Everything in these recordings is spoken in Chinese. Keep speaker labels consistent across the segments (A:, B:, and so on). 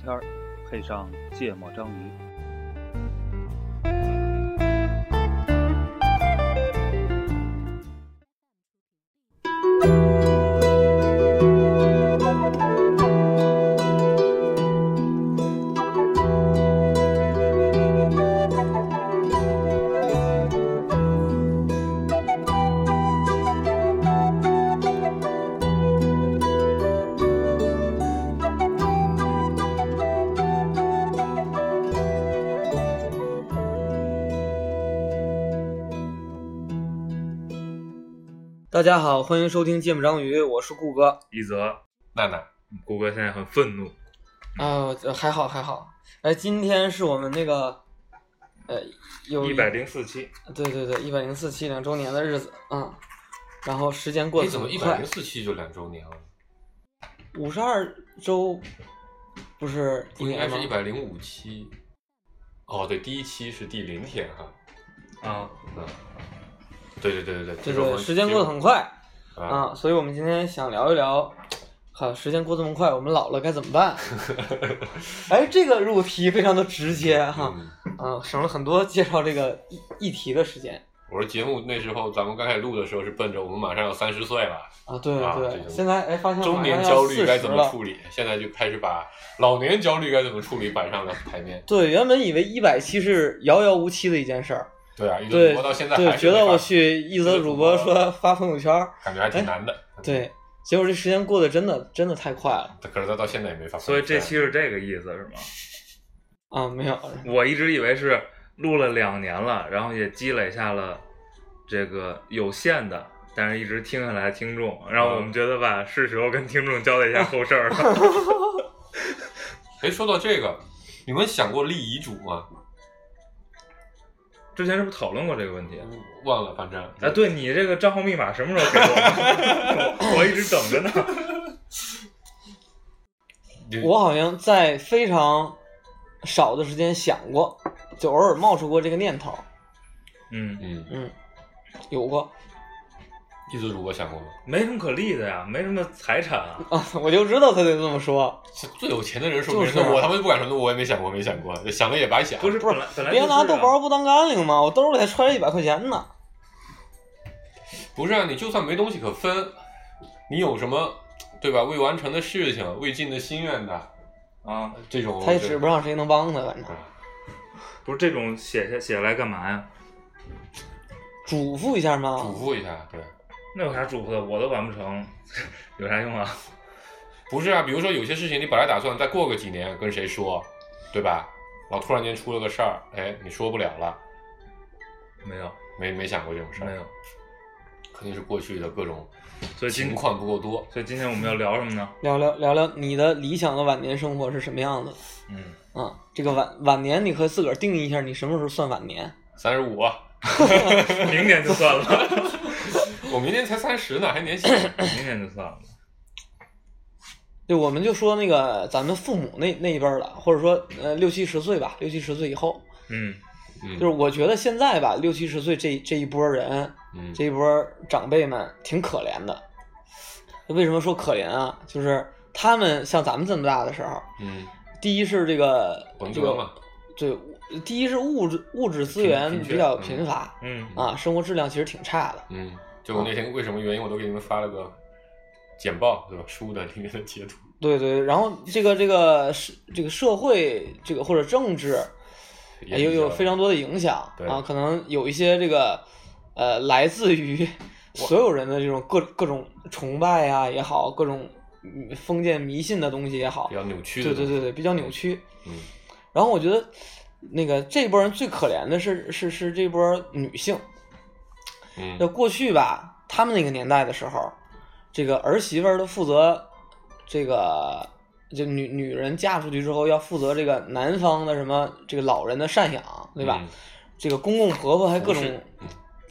A: 片儿，配上芥末章鱼。
B: 大家好，欢迎收听《芥末章鱼》，我是顾哥。
C: 一泽，
D: 娜娜，
C: 谷歌现在很愤怒，
B: 啊、我还好还好。哎，今天是我们那个，呃，有
C: 一百零四期，
B: 对对对，一百零四期两周年的日子，嗯。然后时间过
D: 你
B: 得
D: 怎么
B: 很
D: 一
B: 快
D: 百零四期就两周年了？
B: 五十二周不是一
D: 不应
B: 年
D: 该
B: 吗
D: 是一？百零五期？哦，对，第一期是第零天哈。
C: 啊，
D: 嗯，对对对对对，
B: 就
D: 这是我
B: 是
D: 们
B: 时间过得很快
D: 啊。
B: 啊、所以我们今天想聊一聊，好，时间过这么快，我们老了该怎么办？ 哎，这个入题非常的直接哈，
D: 嗯，
B: 嗯，省了很多介绍这个议议题的时间
D: 我说节目那时候咱们刚开始录的时候是奔着我们马上要三十岁了，
B: 啊。对
D: 啊
B: 对，
D: 这个
B: 现在哎发现
D: 中
B: 马上
D: 年
B: 要
D: 焦虑该
B: 40
D: 怎么
B: 了
D: 处理？现在就开始把老年焦虑该怎么处理摆上了台面。
B: 对，原本以为一百期是遥遥无期的一件事儿，
D: 对啊，一个
B: 对
D: 主播到现在
B: 对，
D: 还是
B: 觉
D: 没
B: 得
D: 法
B: 我去哎一
D: 这
B: 则
D: 个
B: 主
D: 主
B: 播
D: 播
B: 说 发朋友圈儿，
D: 感觉还挺难的。，
B: 对，结果这时间过得真的真的太快了
D: 可是他到现啊在也没法。
C: 所以这期是这个意思是吗？
B: 啊！没有，
D: 嗯
C: 我一直以为是录了两年了，然后也积累下了这个有限的，但是一直听下来的听众，
B: 嗯
C: 然后我们觉得吧，是时候跟听众交代一下后事儿 了。
D: 哎，说到这个，你们想过立遗嘱吗？
C: 之前是不是讨论过这个问题？
D: 忘了，反正
C: 啊，对你这个账号密码什么时候给我？我 我一直等着呢。
D: 对
B: 我好像在非常少的时间想过，就偶尔冒出过这个念头，
C: 嗯，
D: 嗯，
B: 嗯，有过
D: 一直主播想过吗？
C: 没什么可立的呀，没什么财产啊。
B: 啊，我就知道他得这么说，
D: 是最有钱的人说没
B: 就是啊
D: 我他妈就不敢说，那我也没想过，没想过， 想了也白想。
C: 不是，本来本来
B: 别
C: 就是
B: 拿豆
C: 啊
B: 包不当干粮嘛，我兜里还揣着一百块钱呢，
D: 不是啊，你就算没东西可分，你有什么对吧？未完成的事情、未尽的心愿的
C: 啊。
D: 这种，
B: 他也指不上谁能帮他，反正
C: 不是这种写下写下来干嘛呀？
B: 嘱咐一下嘛
D: 嘱，咐一下，对。
C: 那有啥嘱咐的？我都完不成， 有啥用啊？
D: 不是啊，比如说有些事情你本来打算再过个几年跟谁说，对吧？然后突然间出了个事儿，哎，你说不了了，
C: 没有，
D: 没没想过这种事儿，
C: 没有。
D: 肯定是过去的各种
C: 所以今
D: 情况不够多。
C: 所以今天我们要聊什么呢？
B: 聊聊聊聊你的理想的晚年生活是什么样子。
C: 嗯，
B: 啊，这个晚晚年，你可以自个儿定义一下，你什么时候算晚年？
D: 三十 五，啊
C: 明年就算了，
D: 我明年才三十呢，还年轻。
C: 明年就算了。
B: 对，我们就说那个咱们父母那那一辈儿了，或者说呃六七十岁吧，六七十岁以后，
C: 嗯，
D: 嗯，
B: 就是我觉得现在吧，六七十岁这这一波人，
D: 嗯，
B: 这一波长辈们挺可怜的。为什么说可怜啊？就是他们像咱们这么大的时候，
D: 嗯，
B: 第一是这个
D: 文
B: 这
D: 革
B: 个
D: 嘛，
B: 对，第一是物质物质资源
D: 贫
B: 比
D: 缺
B: 较
D: 嗯
B: 贫乏、
C: 嗯，
B: 啊，生活质量其实挺差的。
D: 嗯，就我那天为什么原因，我都给你们发了个简报，对吧？书的里面的截图。
B: 对对，然后这个这个社这个社会这个或者政治
D: 也
B: 也有
D: 比较
B: 有非常多的影响
D: 对
B: 啊，可能有一些这个呃来自于所有人的这种各各种崇拜啊也好，各种嗯封建迷信的东西也好
D: 比，较扭曲的。
B: 对对对，对，比较扭曲。
D: 嗯，
B: 然后我觉得那个这波人最可怜的是是是这波女性，那
D: 嗯，
B: 过去吧，他们那个年代的时候，这个儿媳妇儿都负责这个，就女女人嫁出去之后要负责这个男方的什么这个老人的赡养，对吧？
D: 嗯？
B: 这个公公婆婆还各种
D: 服侍嗯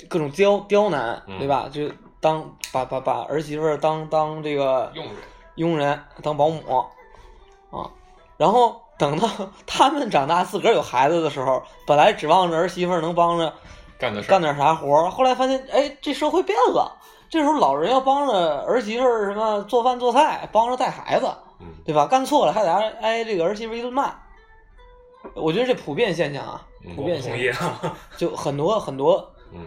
B: 各种刁刁难，
D: 嗯
B: 对吧？就当把把把儿媳妇儿当当这个
D: 嗯用人，
B: 佣人当保姆啊，然后等到 他们长大自个儿有孩子的时候，本来指望着儿媳妇儿能帮着
D: 干的事儿
B: 干点啥活儿，后来发现，哎，这社会变了。这时候老人要帮着儿媳妇儿什么做饭做菜，帮着带孩子，
D: 嗯
B: 对吧？干错了还得挨挨这个儿媳妇一顿骂。我觉得这普遍现象啊，
D: 嗯
B: 普
C: 我
B: 遍
C: 不
B: 现
C: 同
B: 象
C: 意啊，
B: 就很多很多，
D: 嗯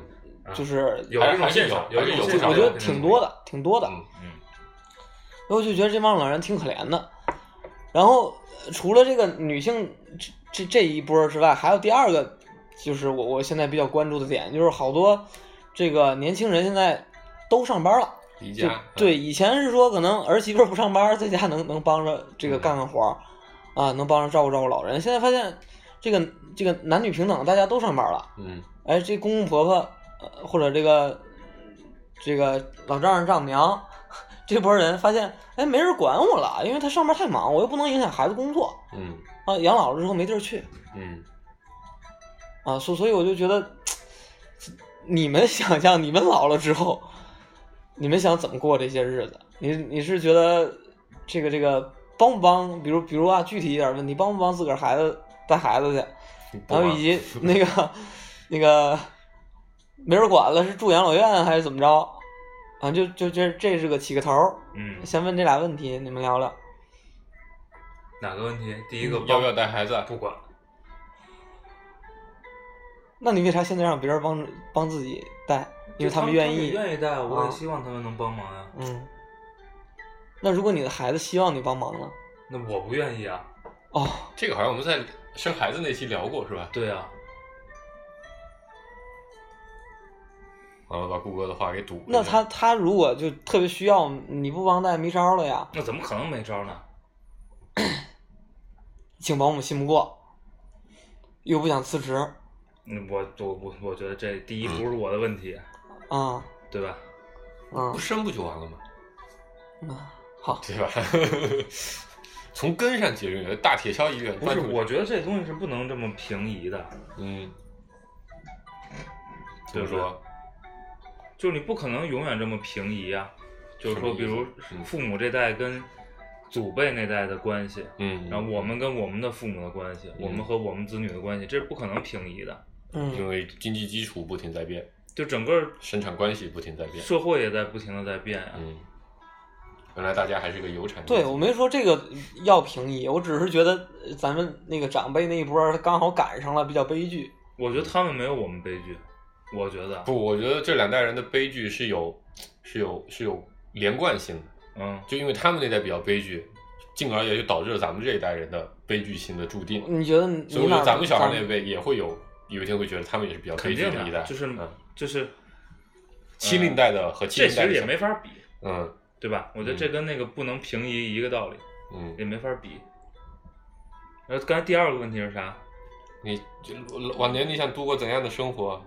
B: 就是
C: 有
D: 还
C: 这种
D: 还是
C: 现象，
D: 有
C: 这
D: 有
C: 种
D: 这
C: 现
D: 种
C: 象，
B: 我觉得挺多
C: 的。
B: 的，挺多的。
D: 嗯
C: 嗯，
B: 然后就觉得这帮老人挺可怜的。然后呃除了这个女性这这这一波儿之外，还有第二个，就是我我现在比较关注的点，就是好多这个年轻人现在都上班了。
D: 离
B: 就
D: 家嗯
B: 对，，以前是说可能儿媳妇儿不上班，在家能能帮着这个
D: 嗯
B: 干干活儿，啊，能帮着照顾照顾老人。现在发现这个这个男女平等，大家都上班了。
D: 嗯
B: 哎，这公公婆婆，呃，或者这个这个老丈人丈母娘， 这波人发现，哎，没人管我了，因为他上班太忙，我又不能影响孩子工作
D: 嗯
B: 啊，养老了之后没地儿去
D: 嗯
B: 啊，所所以我就觉得，你们想象你们老了之后，你们想怎么过这些日子？你你是觉得这个这个帮不帮？比如比如啊，具体一点问题，帮不帮自个儿孩子带孩子去？
D: 嗯，不
B: 然后
D: 管
B: 以及那个那个没人管了，是住养老院还是怎么着？啊，就就这这是个起个头儿。
C: 嗯，
B: 先问这俩问题，你们聊聊。
C: 哪个问题？第一个
D: 要不要带孩子啊？
C: 不管，
B: 那你为啥现在让别人帮帮自己带？因为
C: 他
B: 们
C: 愿
B: 愿意。
C: 愿意带，我
B: 啊
C: 也希望他们能帮忙呀。
B: 嗯。那如果你的孩子希望你帮忙呢？
C: 那我不愿意啊。
B: 哦，
D: 这个好像我们在生孩子那期聊过是吧？
C: 对啊，
D: 啊，把顾哥的话给堵了一下。
B: 那他他如果就特别需要，你不帮带没招儿了呀，
C: 那怎么可能没招呢？
B: 请保姆信不过，又不想辞职啊、
C: 嗯我我我我觉得这第一不是我的问题，
B: 嗯、
C: 对吧？
B: 啊
D: 不生不就完了吗？
B: 嗯，好，
D: 对吧？ 从根上解决，大铁锹一个
C: 不
D: 搬
C: 是，
D: 出去。
C: 我觉得这东西是不能这么平移的，
D: 嗯，怎
C: 对不对
D: 么说？
C: 就是你不可能永远这么平移啊。就是说，
D: 什么意
C: 比
D: 思
C: 如
D: 嗯
C: 父母这代跟祖辈那代的关系，
D: 嗯，
C: 然后我们跟我们的父母的关系，
D: 嗯
C: 我们和我们子女的关系，这是不可能平移的。
B: 嗯
D: 因为经济基础不停在变，
C: 就整个
D: 生产关系不停在变。
C: 社会也在不停的在变啊。
D: 嗯，原来大家还是个有产阶级。
B: 对我没说这个要平移，我只是觉得呃咱们那个长辈那一波儿刚好赶上了，比较悲剧。
C: 我觉得他们没有我们悲剧，我觉得，
D: 不，我觉得这两代人的悲剧是有是有是有连贯性的，
C: 嗯，
D: 就因为他们那代比较悲剧，进而也就导致了咱们这一代人的悲剧性的注定。
B: 你觉得你
D: 所以我觉
B: 哪
D: 得咱们小孩
B: 咱
D: 那辈也会有有一天会觉得他们也是比较
C: 肯
D: 悲剧
C: 定
D: 一
C: 的
D: 代，，
C: 就是
D: 嗯
C: 就是呃
D: 七零代的和七
C: 这
D: 零
C: 其
D: 代
C: 实
D: 的
C: 也
D: 小
C: 没法比，
D: 嗯
C: 对吧？我觉得这跟那个不能平移一个道理，
D: 嗯，
C: 也没法比。然后刚才第二个问题是啥？
D: 你就晚年你想度过怎样的生活？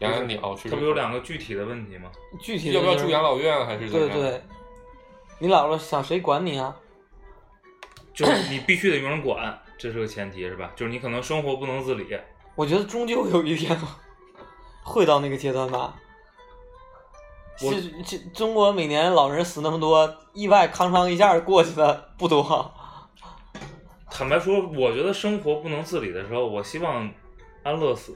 D: 养养鸟，吃
C: 它
D: 吃
C: 不有
D: 喝
C: 两个具体的问题吗？
B: 具体的
D: 要不要
B: 就是
D: 住养老院啊还是怎
B: 对
D: 样？
B: 对，你老了想谁管你啊？
C: 就是你必须得有人管，这是个前提，是吧？就是你可能生活不能自理，
B: 我觉得终究有一天 会到那个阶段吧。
C: 我
B: 是这中国每年老人死那么多，意外康伤一下过去的不多。
C: 坦白说，我觉得生活不能自理的时候，我希望安乐死，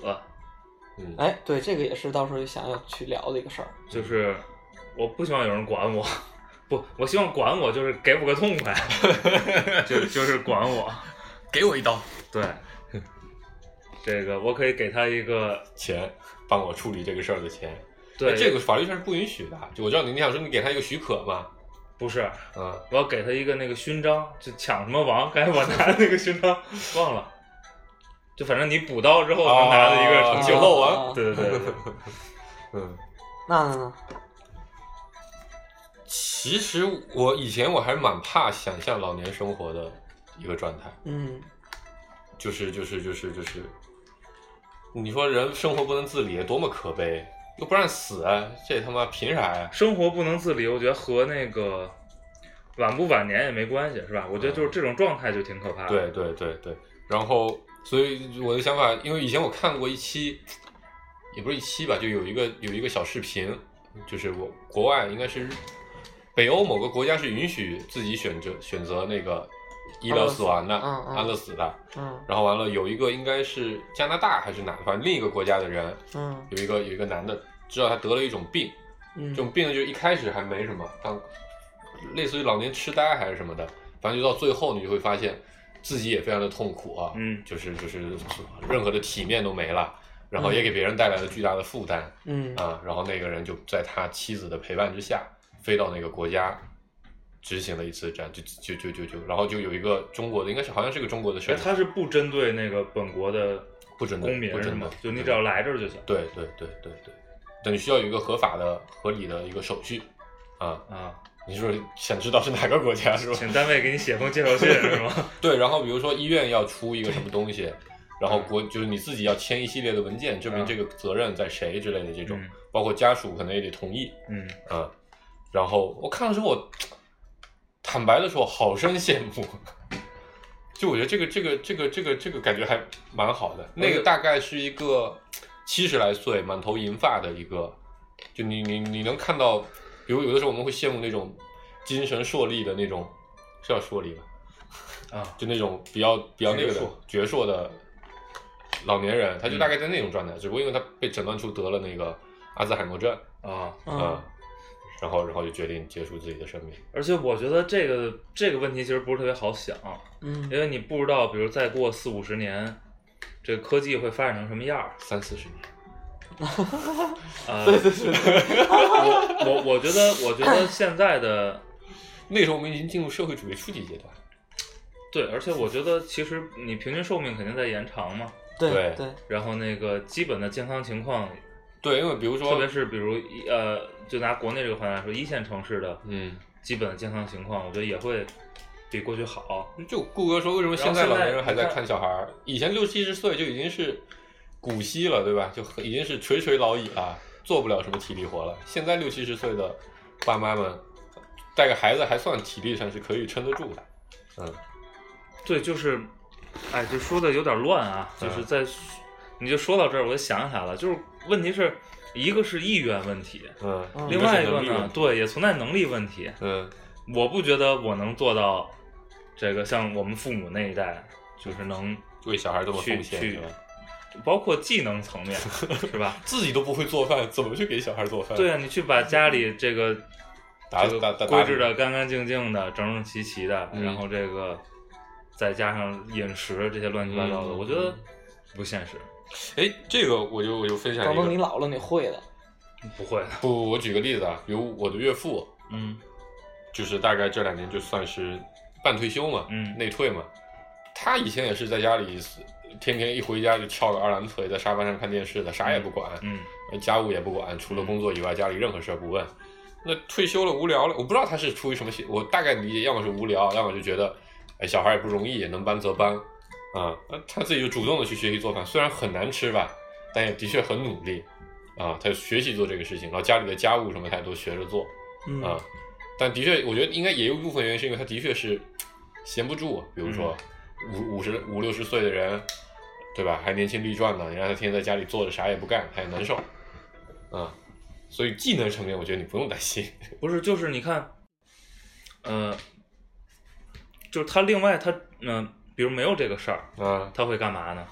D: 嗯，
B: 哎，对，这个也是到时候想要去聊的一个事儿。
C: 就是我不希望有人管我，不，我希望管我就是给我个痛 快，就就是管我。
D: 给我一刀
C: 对，这个我可以给他一个
D: 钱，帮我处理这个事儿的钱。
C: 对
D: 哎这个法律上是不允许的。就我知道你那想说你给他一个许可嘛，
C: 不是，
D: 嗯，
C: 我要给他一个那个勋章，就抢什么王，刚才我拿的那个勋 章忘了，就反正你补刀之后
D: 啊
C: 能拿的一个
D: 啊
C: 成
D: 九
C: 就。
D: 漏
B: 啊
D: 王，
C: 对对对对，对
D: 嗯。
B: 那那呢？
D: 其实我以前我还蛮怕想象老年生活的一个状态，
B: 嗯
D: 就是就是就是就是，你说人生活不能自理，多么可悲！又不让死，这他妈凭啥呀？
C: 生活不能自理，我觉得和那个晚不晚年也没关系，是吧？我觉得就是这种状态就挺可
B: 啊
C: 怕的。
D: 对对对对，然后所以我的想法，因为以前我看过一期，也不是一期吧，就有一个有一个小视频，就是我国外应该是北欧某个国家是允许自己选择选择那个医疗死亡的
B: 安乐死嗯嗯
D: 安乐死的，
B: 嗯
D: 然后完了有一个应该是加拿大还是哪，反正另一个国家的人
B: 嗯
D: 有一个有一个男的知道他得了一种病，这
B: 嗯
D: 种病就一开始还没什么，当类似于老年痴呆还是什么的，反正就到最后你就会发现自己也非常的痛苦啊，
C: 嗯
D: 就是就是任何的体面都没了，
C: 嗯
D: 然后也给别人带来了巨大的负担
B: 嗯
D: 啊，然后那个人就在他妻子的陪伴之下飞到那个国家。执行了一次战，就就就就就，然后就有一个中国的，应该是好像是个中国的
C: 哎
D: 选手，
C: 他是不针对那个本国的
D: 不针对
C: 公民
D: 不
C: 是
D: 针
C: 吗
D: 对？
C: 就你只要来这儿就行
D: 对对对对对，等于需要有一个合法的、合理的一个手续啊。
C: 啊，
D: 你是不是想知道是哪个国家是吧？
C: 请单位给你写封介绍信是吗？
D: 对，然后比如说医院要出一个什么东西，然后国就是你自己要签一系列的文件，证明
C: 嗯
D: 这个责任在谁之类的这种，
C: 嗯
D: 包括家属可能也得同意
C: 嗯，
D: 啊。然后我看的时候我，坦白的说，好生羡慕。 就我觉得这个这个这个这个这个感觉还蛮好的。那
C: 嗯
D: 个大概是一个七十来岁满头银发的一个，就你你你能看到，比如有的时候我们会羡慕那种精神硕力的那种，是叫硕力吧？
C: 啊，
D: 就那种比较比较那个
C: 矍
D: 的矍铄的老年人，他就大概在那种状态，只不过因为他被诊断出得了那个阿兹海默症，
C: 啊，
D: 嗯，然后然后就决定结束自己的生命。
C: 而且我觉得这个这个问题其实不是特别好想，
B: 嗯
C: 因为你不知道，比如再过四五十年，这科技会发展成什么样儿。
D: 三四十年，
C: 啊、对对对，哎我我我觉得，我觉得现在的
D: 那时候我们已经进入社会主义初级阶段，
C: 对，而且我觉得其实你平均寿命肯定在延长嘛，
B: 对
D: 对
B: 对，
C: 然后那个基本的健康情况，
D: 对，因为比如说，
C: 特别是比如一呃，就拿国内这个环境来说，一线城市的
D: 嗯，
C: 基本的健康情况，我觉得也会比过去好。
D: 就顾哥说为什么现在老年人还在看小孩儿，以前六七十岁就已经是古稀了，对吧？就很已经是垂垂老矣了，做不了什么体力活了。现在六七十岁的爸妈们带个孩子还算体力上是可以撑得住的，嗯。
C: 对，就是，哎，就说的有点乱啊，
D: 嗯
C: 就是在，你就说到这儿，我就想起来了，就是问题是一个是意愿问题，
D: 嗯，
B: 嗯
C: 另外一个
D: 能力
C: 呢
D: 问，题
C: 对，也存在能力问题。
D: 嗯，
C: 我不觉得我能做到这个，像我们父母那一代，就是能
D: 为小孩这么
C: 去
D: 奉献，
C: 去
D: 是吧？，
C: 包括技能层 面，是吧？
D: 自己都不会做饭，怎么去给小孩做饭？
C: 对啊，你去把家里这个
D: 打
C: 这
D: 打
C: 个
D: 打
C: 规制的干干净净的、整整齐齐的，
D: 嗯
C: 然后这个再加上饮食这些乱七八糟的，
D: 嗯
C: 我觉得不现实，
D: 哎，这个我就我就分享
B: 等
D: 一
B: 到你
D: 个，
B: 老了，你会的。
C: 不会的。
D: 不，我举个例子啊，比如我的岳父，
C: 嗯
D: 就是大概这两年就算是半退休嘛，
C: 嗯
D: 内退嘛。他以前也是在家里，天天一回家就翘个二郎腿，在沙发上看电视的，啥也不管，呃
C: 嗯
D: 家务也不管，除了工作以外，家里任何事儿不问。那退休了无聊了，我不知道他是出于什么心，我大概理解，要么是无聊，要么就觉得，哎，小孩也不容易，能搬则搬，啊，那他自己就主动的去学习做饭，虽然很难吃吧，但也的确很努力，啊，他就学习做这个事情，然后家里的家务什么他也都学着做，
B: 嗯
D: 啊，但的确，我觉得应该也有一部分原因是因为他的确是闲不住，啊比如说
C: 嗯
D: 五五十五六十岁的人，对吧？还年轻力壮呢，你让他天天在家里坐着啥也不干，他也难受，啊，所以技能层面，我觉得你不用担心。
C: 不是，就是你看，呃，就是他另外他嗯、比如没有这个事儿，
D: 啊，
C: 他会干嘛呢？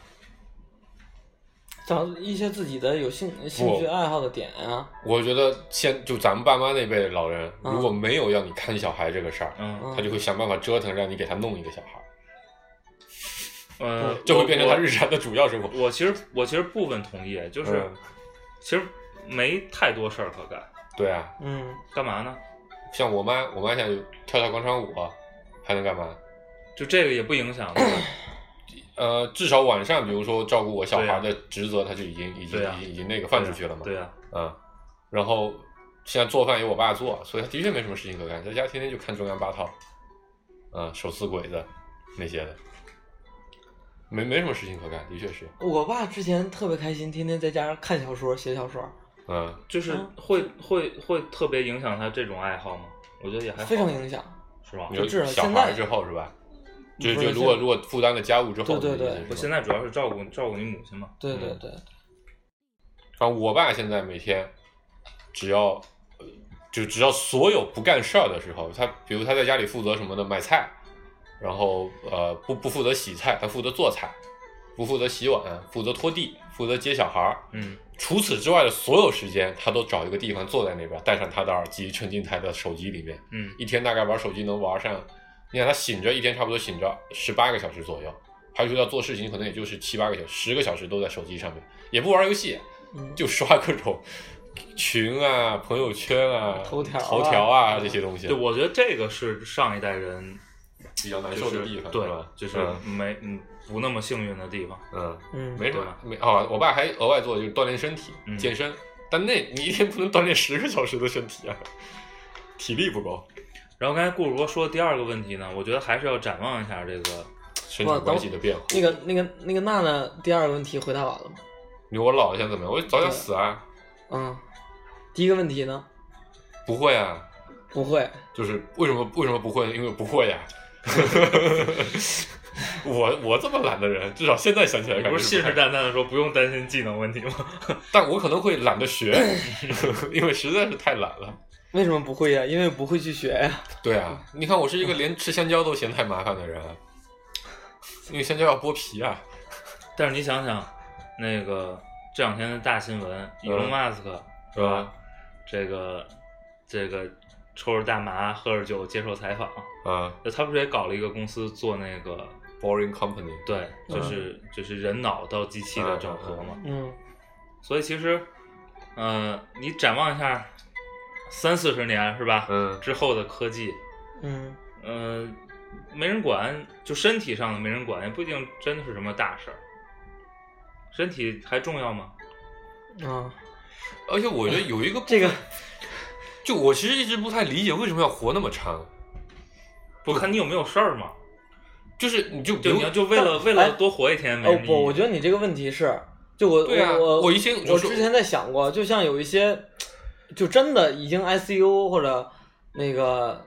B: 找一些自己的有兴兴趣爱好的点啊，
D: 我觉得现就咱们爸妈那辈的老人，
B: 嗯
D: 如果没有要你看小孩这个事儿，
C: 嗯
B: 嗯
D: 他就会想办法折腾，让你给他弄一个小孩，
C: 呃，
D: 这
C: 我
D: 嗯会变成他
C: 我
D: 日常的主要生活。
C: 我其实我其实部分同意，就是、
D: 嗯
C: 其实没太多事儿可干，
D: 对啊，
B: 嗯，
C: 干嘛呢？
D: 像我妈，我妈现在就跳跳广场舞，啊还能干嘛？
C: 就这个也不影 响，对吧
D: 呃，至少晚上，比如说照顾我小
C: 对啊
D: 孩的职责，他就已经已经
C: 对啊
D: 已经已经那个放出去了嘛。
C: 对呀、
D: 啊，然后现在做饭由我爸做，所以他的确没什么事情可干，在家天天就看中央八套，啊，手撕鬼子那些的，没没什么事情可干，的确是，
B: 我爸之前特别开心，天天在家看小说、写小说，
D: 嗯，
C: 就是
B: 嗯
C: 会会会特别影响他这种爱好吗？我觉得也还好
B: 非常影响。
C: 是吧
D: 你？
B: 就至
D: 说
B: 少
D: 小
B: 现
D: 孩
B: 在
D: 之后是吧？
B: 不
D: 就是就如果
B: 现
D: 如果负担了家务之后，
B: 对对
D: 你的
B: 对
D: 意思是
C: 我
D: 吗
C: 现在主要是照顾照顾你母亲嘛，
B: 对对
D: 嗯
B: 对，
D: 反正我爸现在每天只要呃就只要所有不干事儿的时候，他比如他在家里负责什么的买菜，然后呃不不负责洗菜，他负责做菜，不负责洗碗，负责拖地，负责接小孩儿。
C: 嗯，
D: 除此之外的所有时间，他都找一个地方坐在那边，戴上他的耳机，沉浸在他的手机里面，
C: 嗯
D: 一天大概玩手机能玩上你想他醒着一天差不多醒着十八个小时左右，排除掉做事情可能也就是七八个小时，十个小时都在手机上面，也不玩游戏，
B: 嗯
D: 就刷各种群啊、朋友圈啊、
B: 头条啊
D: 头条啊这些东西
C: 对，，我觉得这个是上一代人
D: 比较难
C: 就
D: 受
C: 是
D: 的地方，
C: 对
D: 是吧，
C: 就是
D: 嗯
C: 没嗯不那么幸运的地方。
D: 嗯，
B: 嗯，
D: 没什么没哦，我爸还额外做的就是锻炼身体、
C: 嗯
D: 健身，但那你一天不能锻炼十个小时的身体啊，体力不够，
C: 然后刚才顾主播说的第二个问题呢，我觉得还是要展望一下这 个
D: 身
B: 哇
D: 体
B: 等
D: 关系的变化。
B: 那个那个那个娜娜第二个问题回答完了吗？
D: 你说我老了想怎么样？我早点死啊！
B: 嗯，第一个问题呢？
D: 不会啊，
B: 不会，
D: 就是为什么为什么不会呢？因为不 会呀、 我我这么懒的人，至少现在想起来
C: 你
D: 感觉
C: 不是信誓
D: 太
C: 旦旦的说不用担心技能问题吗？
D: 但我可能会懒得学， 因为实在是太懒了。
B: 为什么不会呀、因为不会去学呀、
D: 对啊，你看我是一个连吃香蕉都嫌太麻烦的人啊，因为香蕉要剥皮啊。
C: 但是你想想，那个这两天的大新闻，伊
D: 嗯
C: 隆马斯克是
D: 吧
C: 吧？这个这个抽着大麻喝着酒接受采访，
D: 啊
C: 就他不是也搞了一个公司做那个
D: ，boring company。
C: 对，就是、
D: 嗯
C: 就是人脑到机器的整合嘛。
B: 嗯，
C: 所以其实，呃，你展望一下三四十年是吧？
D: 嗯
C: 之后的科技，
B: 嗯
C: 呃，没人管，就身体上的没人管，也不一定真的是什么大事儿。身体还重要吗？
B: 啊，
D: 而且我觉得有一个部
B: 这个
D: 分，就我其实一直不太理解为什么要活那么长，
C: 不看你有没有事儿嘛，
D: 就是你就比
C: 就
D: 如
C: 你要就为了为
B: 哎
C: 了多活一天没
B: 哦
C: 什么意义。
B: 不，我觉得你这个问题是，就我
D: 对啊
B: 我
D: 我一听就
B: 我
D: 是
B: 之前在想过，就像有一些，就真的已经 ICU 或者那个，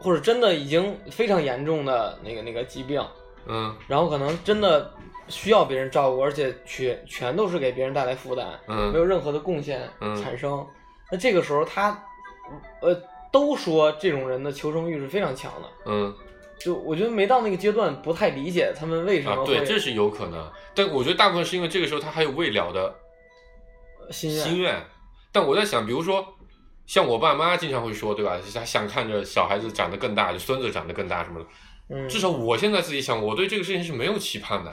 B: 或者真的已经非常严重的那个那个疾病，
D: 嗯
B: 然后可能真的需要别人照顾，而且全全都是给别人带来负担，没有
D: 嗯
B: 任何的贡献
D: 嗯
B: 产生。那这个时候他，呃，都说这种人的求生欲是非常强的。
D: 嗯
B: 就我觉得没到那个阶段，不太理解他们为什
D: 啊
B: 么，会
D: 对，这是有可能，但我觉得大部分是因为这个时候他还有未了的
B: 心愿。
D: 心愿。但我在想，比如说像我爸妈经常会说，对吧？他想看着小孩子长得更大，就孙子长得更大什么的。
B: 嗯，
D: 至少我现在自己想，我对这个事情是没有期盼的。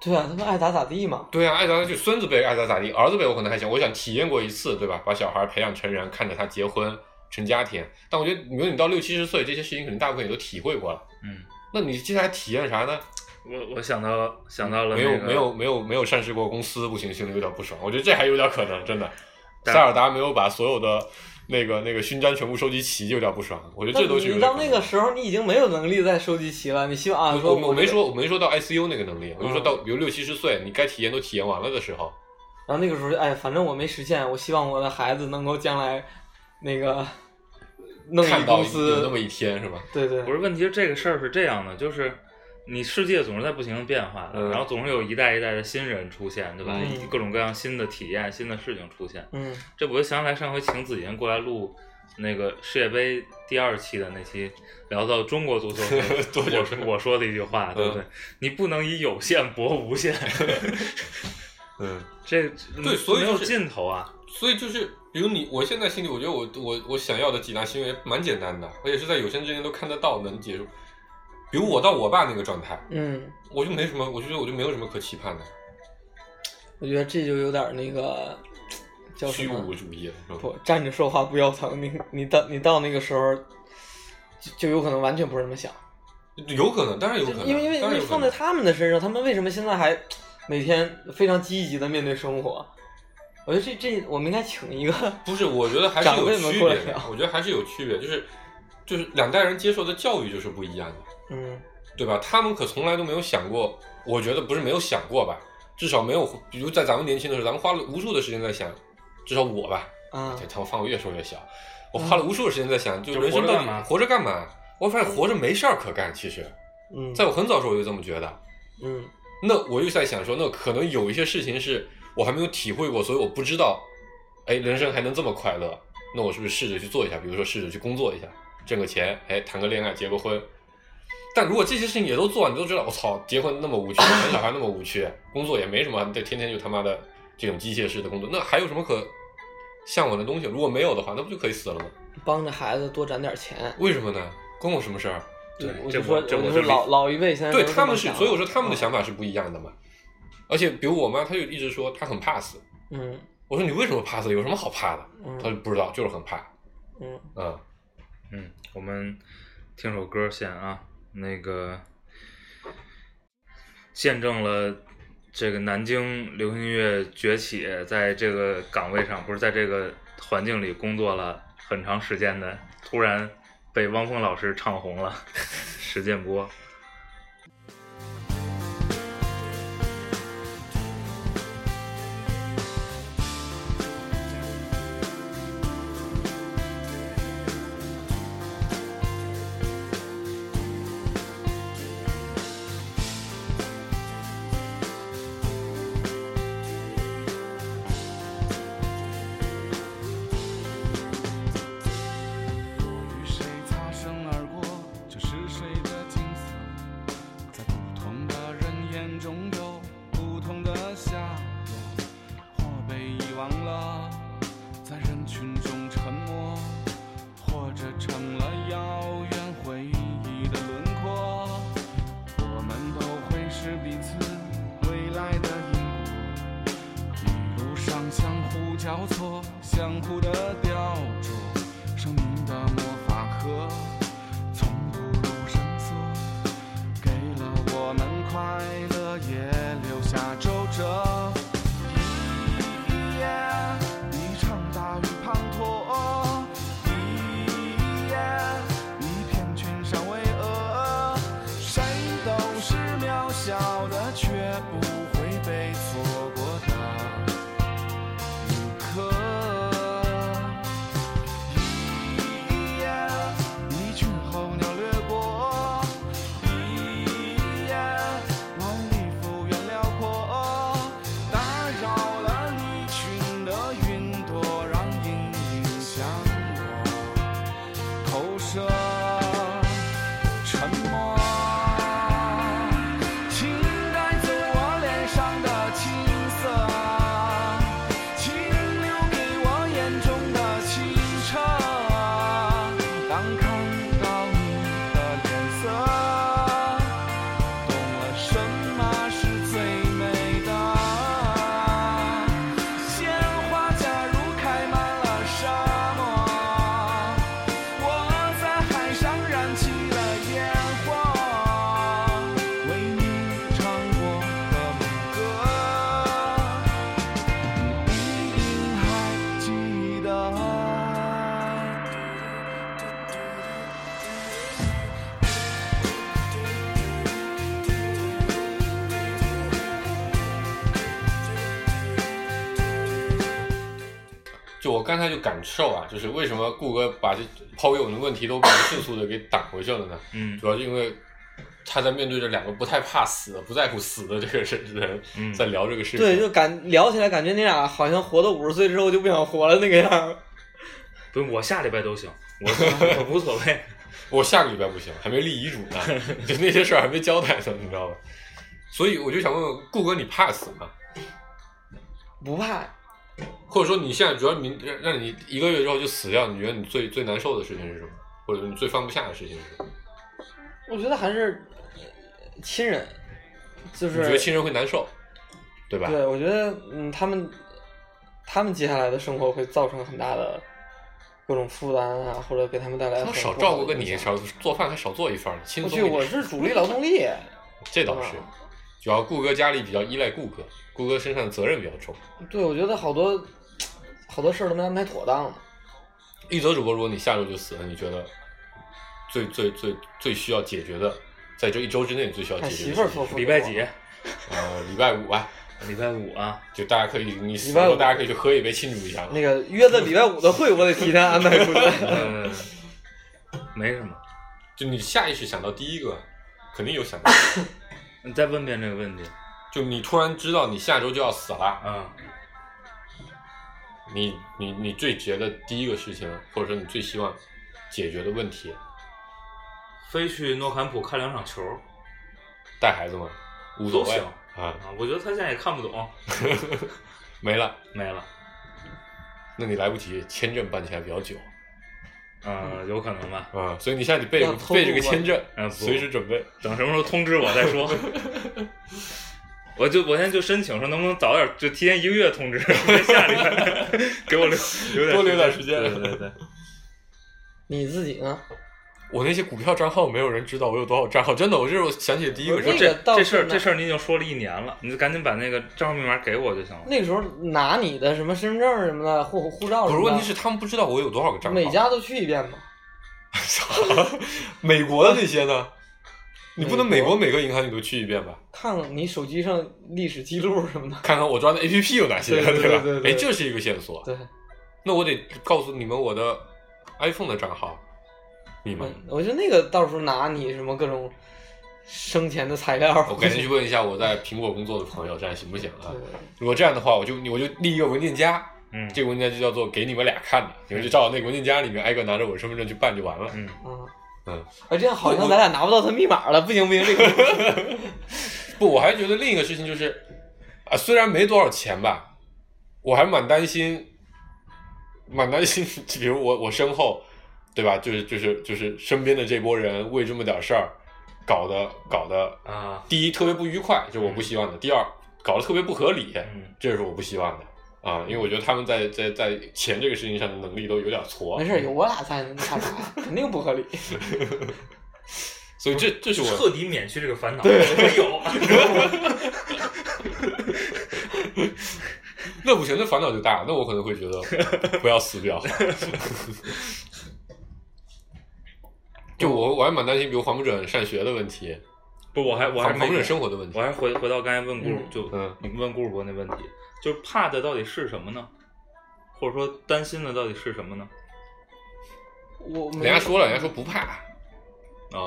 B: 对啊，他们爱咋咋地嘛。
D: 对啊，爱咋咋就孙子辈爱咋咋地，儿子辈我可能还想，我想体验过一次，对吧？把小孩培养成人，看着他结婚成家庭。但我觉得，比如你到六七十岁，这些事情可能大部分也都体会过了。
C: 嗯，
D: 那你接下来体验啥呢？
C: 我我想到想到了、
D: 没
C: 那
D: 有
C: 个
D: 没有没有没有上市过公司，不行，心里有点不爽。我觉得这还有点可能，真的。
C: 但
D: 塞尔达没有把所有的那个那个勋章全部收集齐，有点不爽。我觉得
B: 但
D: 这都是有
B: 你
D: 点
B: 到
D: 可能
B: 那个时候，你已经没有能力再收集齐了，你希望啊
D: 我
B: 说
D: 我我没
B: 这个，
D: 说我没说到 ICU 那个能力，啊我就说
B: 嗯
D: 到比如六七十岁，你该体验都体验完了的时候，
B: 然后那个时候就哎，反正我没实现，我希望我的孩子能够将来那 个弄一
D: 看
B: 公
D: 到有那
B: 司
D: 么，一天是吧？
B: 对对，
C: 不是问题，这个事儿是这样的，就是你世界总是在不停的变化的，
D: 嗯
C: 然后总是有一代一代的新人出现，对吧？
B: 嗯
C: 各种各样新的体验、新的事情出现。
B: 嗯
C: 这我就想起来上回秦子吟过来录那个世界杯第二期的那期，聊到中国足球
D: 多
C: 时，
D: 久
C: 我说我说的一句话，对不对？你不能以有限博无 限，
D: 嗯。
C: 这
D: 对所以
C: 没
D: 就
C: 有
D: 是
C: 尽头啊。
D: 所以就是，比如你，我现在心里，我觉得我我我想要的几大心愿蛮简单的，而且是在有生之年都看得到，能接受。比如我到我爸那个状态，
B: 嗯，
D: 我就没什么，我就觉得我就没有什么可期盼的，
B: 我觉得这就有点那个叫什
D: 虚
B: 么
D: 无？主义了，是吧？
B: 不，站着说话不腰疼。你你到你到那个时候，就就有可能完全不是那么想。
D: 有可能，当然有可能，
B: 因为因为因
D: 当然
B: 为
D: 有可
B: 放
D: 能
B: 在他们的身上，他们为什么现在还每天非常积极的面对生活？我觉得这这我们应该请一个，
D: 不是，我觉得还是
B: 长辈
D: 有
B: 们
D: 区
B: 过
D: 别
B: 来啊
D: 的
B: 聊，
D: 我觉得还是有区别，就是就是两代人接受的教育就是不一样的。
B: 嗯
D: 对吧？他们可从来都没有想过，我觉得不是没有想过吧，至少没有，比如在咱们年轻的时候，咱们花了无数的时间在想，至少我吧，
B: 啊
D: 这他妈范围越说越小，
B: 嗯
D: 我花了无数的时间在想，就人生
C: 就活着
D: 到
C: 干嘛
D: 底活着干嘛？我发现活着没事儿可干，其实，
B: 嗯
D: 在我很早时候我就这么觉得。
B: 嗯
D: 那我又在想说，那可能有一些事情是我还没有体会过，所以我不知道，哎，人生还能这么快乐。那我是不是试着去做一下？比如说试着去工作一下，挣个钱，哎，谈个恋爱，结个婚。但如果这些事情也都做完，你都知道，我操，结婚那么无趣，生小孩那么无趣，工作也没什么，这天天就他妈的这种机械式的工作，那还有什么可向往的东西？如果没有的话，那不就可以死了吗？
B: 帮着孩子多攒点钱，嗯
D: 为什么呢？关我什么事儿？
C: 对
B: 我
C: 这
B: 就说，
C: 我这
B: 我
C: 我
B: 就说
C: 这理
B: 老老一辈现在
D: 对
B: 都
D: 他
B: 这么
D: 们是，
B: 想嗯
D: 所以我说他们的想法是不一样的嘛。而且比如我妈，她就一直说她很怕死。
B: 嗯
D: 我说你为什么怕死？有什么好怕的？她说
B: 嗯
D: 不知道，就是很怕。
B: 嗯，
D: 嗯，
C: 嗯，我们听首歌先啊，那个见证了这个南京流行音乐崛起，在这个岗位上，不是在这个环境里工作了很长时间的，突然被汪峰老师唱红了， 石建波。
E: 我与谁擦身而过，这是谁的景色？在不同的人眼中有不同的下落，或被遗忘了，在人群中沉默，或者成了遥远回忆的轮廓。我们都会是彼此未来的因果。一路上相互交错，相互的雕琢，生命的魔法盒从不露声色，给了我们快乐，也留下皱褶。一夜，一场大雨滂沱；一夜，一片群山巍峨。谁都是渺小的，却不会被错过的一刻。一夜，一群候鸟掠过；一夜，万里浮云辽阔，打扰了你群的云朵，让阴影向我投射。沉默，请带走我脸上的青涩，请留给我眼中的清澈。当看到你的脸色，懂了什么是最美的。鲜花假如开满了沙漠。我在海上燃起了烟火，为你唱过的歌，你一定还记得。
D: 就我刚才就感受啊，就是为什么顾哥把这抛给我们的问题都把迅速的给挡回去了呢？
C: 嗯
D: 主要是因为他在面对着两个不太怕死、不在乎死的这个人，
C: 嗯
D: 在聊这个事情。
B: 对，就感聊起来感觉你俩好像活到五十岁之后就不想活了那个样儿。
C: 不，我下礼拜都行，我我无所 谓。
D: 我下个礼拜不行，还没立遗嘱呢， 就那些事儿还没交代呢，你知道吧？所以我就想问问顾哥，你怕死吗？
B: 不怕，
D: 或者说你现在主要明让让你一个月之后就死掉，你觉得你最最难受的事情是什么？或者你最放不下的事情是什么？
B: 我觉得还是呃亲人，就
D: 你觉得
B: 是
D: 亲人会难受，对吧？
B: 对，我觉得嗯，他们他们接下来的生活会造成很大的各种负担啊，或者给他们带来
D: 他
B: 很
D: 们少
B: 不好
D: 照顾
B: 的
D: 个
B: 影
D: 你，
B: 响
D: 少做饭还少做一份儿，轻
B: 我
D: 松
B: 去，
D: 一点。
B: 我是啊主力劳动力。
D: 这倒是
B: 对吧，
D: 主要顾哥家里比较依赖顾哥，顾哥身上的责任比较重。
B: 对，我觉得好多好多事儿都没安排妥当嘛。
D: 一则主播，如果你下周就死了，你觉得最最最最需要解决的，在这一周之内你最需要解
B: 看
D: 决
B: 哎媳
D: 的
B: 妇儿
D: 事情
B: 说
D: 是
B: 服
C: 礼拜几？
D: 呃，礼拜五吧，
C: 礼拜五啊。
D: 就大家可以你死
B: 礼拜
D: 了，
B: 五
D: 大家可以去喝一杯庆祝一下嘛。
B: 那个约的礼拜五的会，我得提前安排出来。
C: 呃，没什么。
D: 就你下意识想到第一个，肯定有想到，
C: 你再问遍这个问题。
D: 就你突然知道你下周就要死了，
C: 啊，
D: 你你你最觉得第一个事情，或者说你最希望解决的问题，
C: 飞去诺坎普看两场球
D: 带孩子吗？无所
C: 都
D: 谓
C: 行
D: 啊，
C: 啊，我觉得他现在也看不 懂，
D: 没了。
C: 没了。
D: 那你来不及，签证办起来比较久。
C: 啊，有可能吧。
D: 啊，所以你现在得备
B: 要偷渡
D: 备这个签证
C: 啊，不
D: 随时准备。
C: 等什么时候通知我再说。 我就我现在就申请说，能不能早点就提前一个月通知，下礼拜 给我留留点
D: 多留点时间
C: 对对对对，
B: 你自己呢？
D: 我那些股票账号没有人知道我有多少账号，真的，我这是我想起的第一个事
B: 不
D: 儿
B: 是。
C: 这
B: 那个倒
C: 这
B: 是
C: 事儿
B: 呢
C: 这事儿你已经说了一年了，你就赶紧把那个账号密码给我就行了。
B: 那个时候拿你的什么身份证什么的，护护照
D: 可
B: 什
D: 是
B: 么的，
D: 问题是他们不知道我有多少个账号。
B: 每 家都去一遍嘛。
D: 美国的那些呢？你不能
B: 美
D: 美
B: 国
D: 国每个银行你都去一遍吧？
B: 看看你手机上历史记录什么的。
D: 看看我 抓的 A P P 有哪些，
B: 对对
D: 吧
B: 对对？对
D: 哎，这是一个线索。
B: 对，
D: 那我得告诉你们我的 iPhone 的账号密码。
B: 嗯我觉得那个到时候拿你什么各种生前的材料，
D: 我改天去问一下我在苹果工作的朋友，这样行不行啊
B: 对？
D: 如果这样的话，我就我就立一个文件夹，
C: 嗯，
D: 这个文件夹就叫做给你们俩看的，你们就照那个文件夹里面挨个拿着我的身份证去办就完了。
C: 嗯，
B: 嗯
D: 嗯，
B: 哎，这样好像咱俩拿不到他密码了，不行不行，这个
D: 不，我还觉得另一个事情就是，啊，虽然没多少钱吧，我还蛮担心，蛮担心， 比如我我身后，对吧？就是就是就是身边的这波人为这么点事儿搞得搞得，
C: 啊，
D: 第一特别不愉快，这是我不希望的；第二搞得特别不合理，
C: 嗯
D: 这是我不希望的。啊，因为我觉得他们在在在钱这个事情上的能力都有点挫，
B: 没事，有我俩在呢，你怕啥呀？肯定不合理。
D: 所以这这是我
C: 彻底免去这个烦恼。没有，
D: 那不行，那烦恼就大，那我可能会觉得不要死比较好。 就我我还蛮担心，比如黄不准上学的问题，
C: 不，我还我还
D: 黄黄
C: 没
D: 不准生活的问题
C: 我。还回回到刚才问顾、
B: 嗯
C: 就
D: 嗯
C: 你问顾主播那问题，就是怕的到底是什么呢？或者说担心的到底是什么呢？
B: 我
D: 人
B: 没
D: 家说了，人家说不怕，
C: 啊，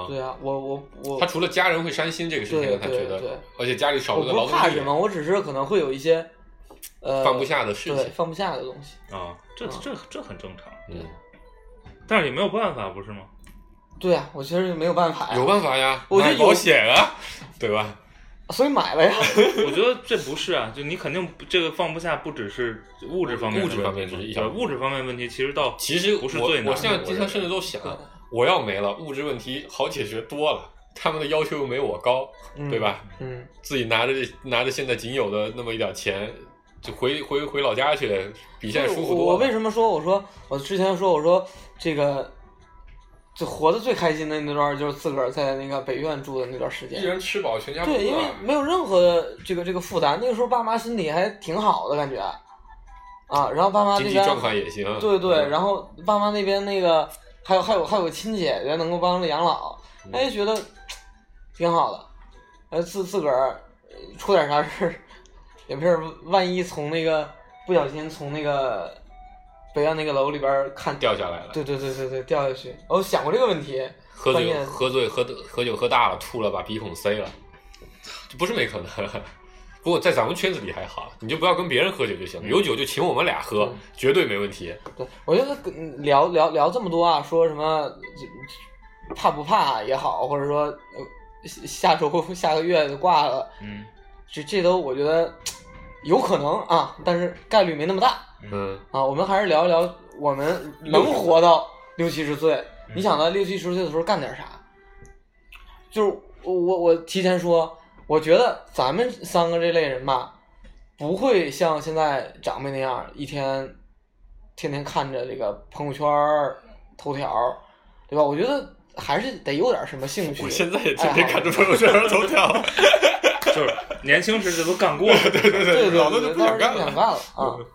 B: 对啊，我我我
D: 他除了家人会伤心这个事
B: 对
D: 情，他觉
B: 对对
D: 得，而且家里少
B: 我
D: 了个劳
B: 不
D: 动
B: 怕什么，
D: 力，
B: 我只是可能会有一些呃
D: 放不下的事
B: 对
D: 情。
B: 放不下的东西。
C: 啊，这
B: 啊
C: 这这很正常，
D: 嗯，
C: 但是也没有办法，不是吗？
B: 对啊，我其实没有办法呀，
D: 有办法呀，
B: 我觉得
D: 买
B: 有
D: 保险啊，对吧？
B: 所以买了 呀。
C: 我觉得这不是啊，就你肯定不这个放不下，不只是物质方面的
D: 物质方面
C: 问题
D: 只是一
C: 对
D: 小
C: 物质方面问题， 其实到
D: 其实
C: 不是
D: 我
C: 最难的
D: 我现在
C: 我
D: 经
C: 认为
D: 常甚至都想，我要没了，物质问题好解决多了，他们的要求又没我高，
B: 嗯
D: 对吧？
B: 嗯，
D: 自己拿着这拿着现在仅有的那么一点钱，就回回回老家去，比现在舒服
B: 我我为
D: 多了。
B: 什么说我说我之前说我说这个，就活得最开心的那段儿就是自个儿在那个北院住的那段时
D: 一
B: 间。
D: 人吃饱全家不饿。
B: 对，因为没有任何的这个这个负担，那个时候爸妈身体还挺好的感觉，啊，然后爸妈
D: 经
B: 那
D: 济
B: 边
D: 状况也行。嗯
B: 对对，
D: 后
B: 然后爸妈那边那个还有还有还有亲戚也能够帮着养老，
D: 嗯
B: 哎，觉得挺好的。呃，自自个儿呃出点啥事儿也没事儿，万一从那个不小心从那个北岸那个楼里边儿看，
D: 掉下来了，
B: 对对对对对，掉下去。我想过这个问题，
D: 喝
B: 半夜
D: 酒喝醉喝得喝酒喝大了吐了，把鼻孔塞了，这不是没可能。不过在咱们圈子里还好，你就不要跟别人喝酒就行了，有酒就请我们俩喝，
B: 嗯
D: 绝对没问题。
B: 对我觉得跟聊聊聊这么多啊，说什么就怕不怕也好，或者说呃下下周下个月就挂了。
C: 嗯
B: 这这都我觉得有可能啊，但是概率没那么大
D: 嗯，
B: 啊。我们还是聊一聊我们能活到六七十岁。你想到六七十岁的时候干点啥？就是我我我提前说，我觉得咱们三个这类人吧，不会像现在长辈那样一天天天看着这个朋友圈儿、头条儿，对吧？我觉得还是得有点什么兴趣。
D: 我现在也
B: 哎
D: 天天看着朋友圈和头条，
C: 就是年轻时这都干过了，对对
B: 对对
D: 老
B: 对对，
D: 了就不
B: 当
D: 想
B: 然
D: 干
B: 不想
D: 了。
B: 干了啊。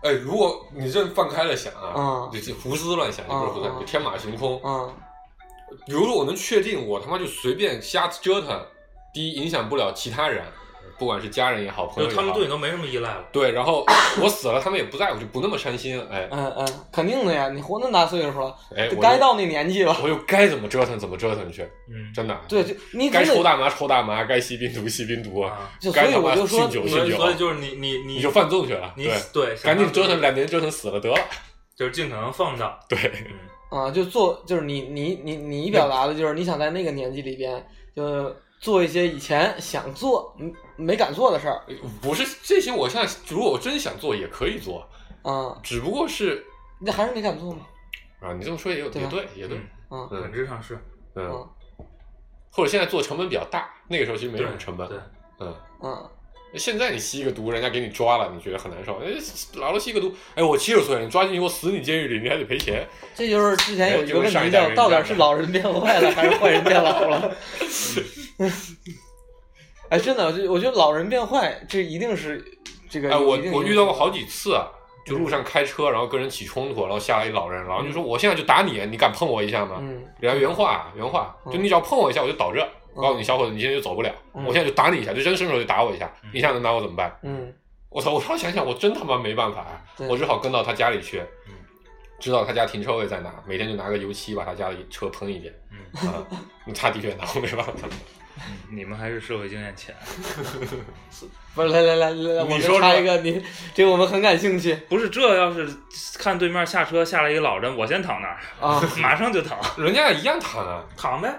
D: 哎，如果你这放开了想啊
B: 嗯，
D: 就就胡思乱想，也不是胡思
B: 嗯
D: 乱想，
B: 嗯
D: 就天马行空。
B: 嗯
D: 比如说我能确定，我他妈就随便瞎折腾，第一影响不了其他人，不管是家人也好，朋友
C: 就
D: 也
C: 他
D: 好，
C: 们对你都没什么依赖了。
D: 对然后我死了，他们也不在乎，就不那么伤心。哎
C: 啊
B: 嗯，嗯，肯定的呀，你活那么大岁数了，
D: 哎，
B: 该
D: 我
B: 到那年纪了。
D: 就我就该怎么折腾怎么折腾去，
C: 嗯，
D: 真的。
B: 对，就你
D: 该
B: 总
D: 抽
B: 得
D: 大麻抽大麻，该吸冰毒吸冰毒，
C: 啊，
B: 就，所
D: 该
B: 以
D: 他
B: 我
D: 妈
B: 就说
D: 信，酒
C: 所
D: 信
C: 以
D: 酒，
C: 所以就是你你你
D: 你就犯纵去了。
C: 你
D: 对，
C: 对，想
D: 赶紧
C: 到
D: 折
C: 这
D: 腾
C: 个
D: 两年，折腾死了得了。
C: 就是尽可能放荡。
D: 对，
C: 嗯
B: 啊，就做就是你你你你表达的就是你想在那个年纪里边，就做一些以前想做没没敢做的事儿
D: 不是这些，我现在如果我真想做也可以做，
B: 啊。
D: 只不过是
B: 那还是没敢做吗？
D: 啊，你这么说也有
B: 对
D: 也
B: 吧
D: 对也对，
B: 嗯
C: 本质上是
D: 嗯，
B: 嗯
D: 或者现在做成本比较大，那个时候其实没
C: 对
D: 什么成本
C: 对，，
D: 嗯。
B: 嗯，
D: 现在你吸一个毒，人家给你抓了，你觉得很难受。哎，老了吸一个毒，哎，我七十岁了，你抓进去我死你监狱里，你还得赔钱。
B: 这就是之前有一个问
D: 哎这个上
B: 题
D: 一代
B: 叫
D: 人
B: 到底是老人变坏了还是坏人变老了？ 哎，真的，我就我觉得老人变坏，这一定是这个
D: 哎，我
B: 一定是
D: 我遇到过好几次啊，就路上开车，然后跟人起冲突，然后下来一老人，然后就说我现在就打你，你敢碰我一下吗？
B: 嗯
D: 人家原话啊原话，
B: 嗯
D: 就你只要碰我一下，我就倒这。
B: 嗯
D: 告诉你，小伙子，你现在就走不了，
B: 嗯
D: 我现在就打你一下，就真伸手就打我一下，
C: 嗯
D: 你想能拿我怎么办？
B: 嗯
D: 我操！我后来想想，我真他妈没办法啊，
B: 对
D: 我只好跟到他家里去
C: 嗯，
D: 知道他家停车位在哪，每天就拿个油漆把他家的车喷一遍。
C: 嗯，
D: 啊，他的确拿我没 办法。
C: 你们还是社会经验浅，
B: 不是来来来来，来我
D: 你
B: 们
D: 说
B: 插
D: 说
B: 一个，你这个我们很感兴趣
C: 不是这要是看对面下车下来一老人，我先躺那儿，
B: 啊。
C: 马上就躺，
D: 人家一样躺啊！
C: 躺呗。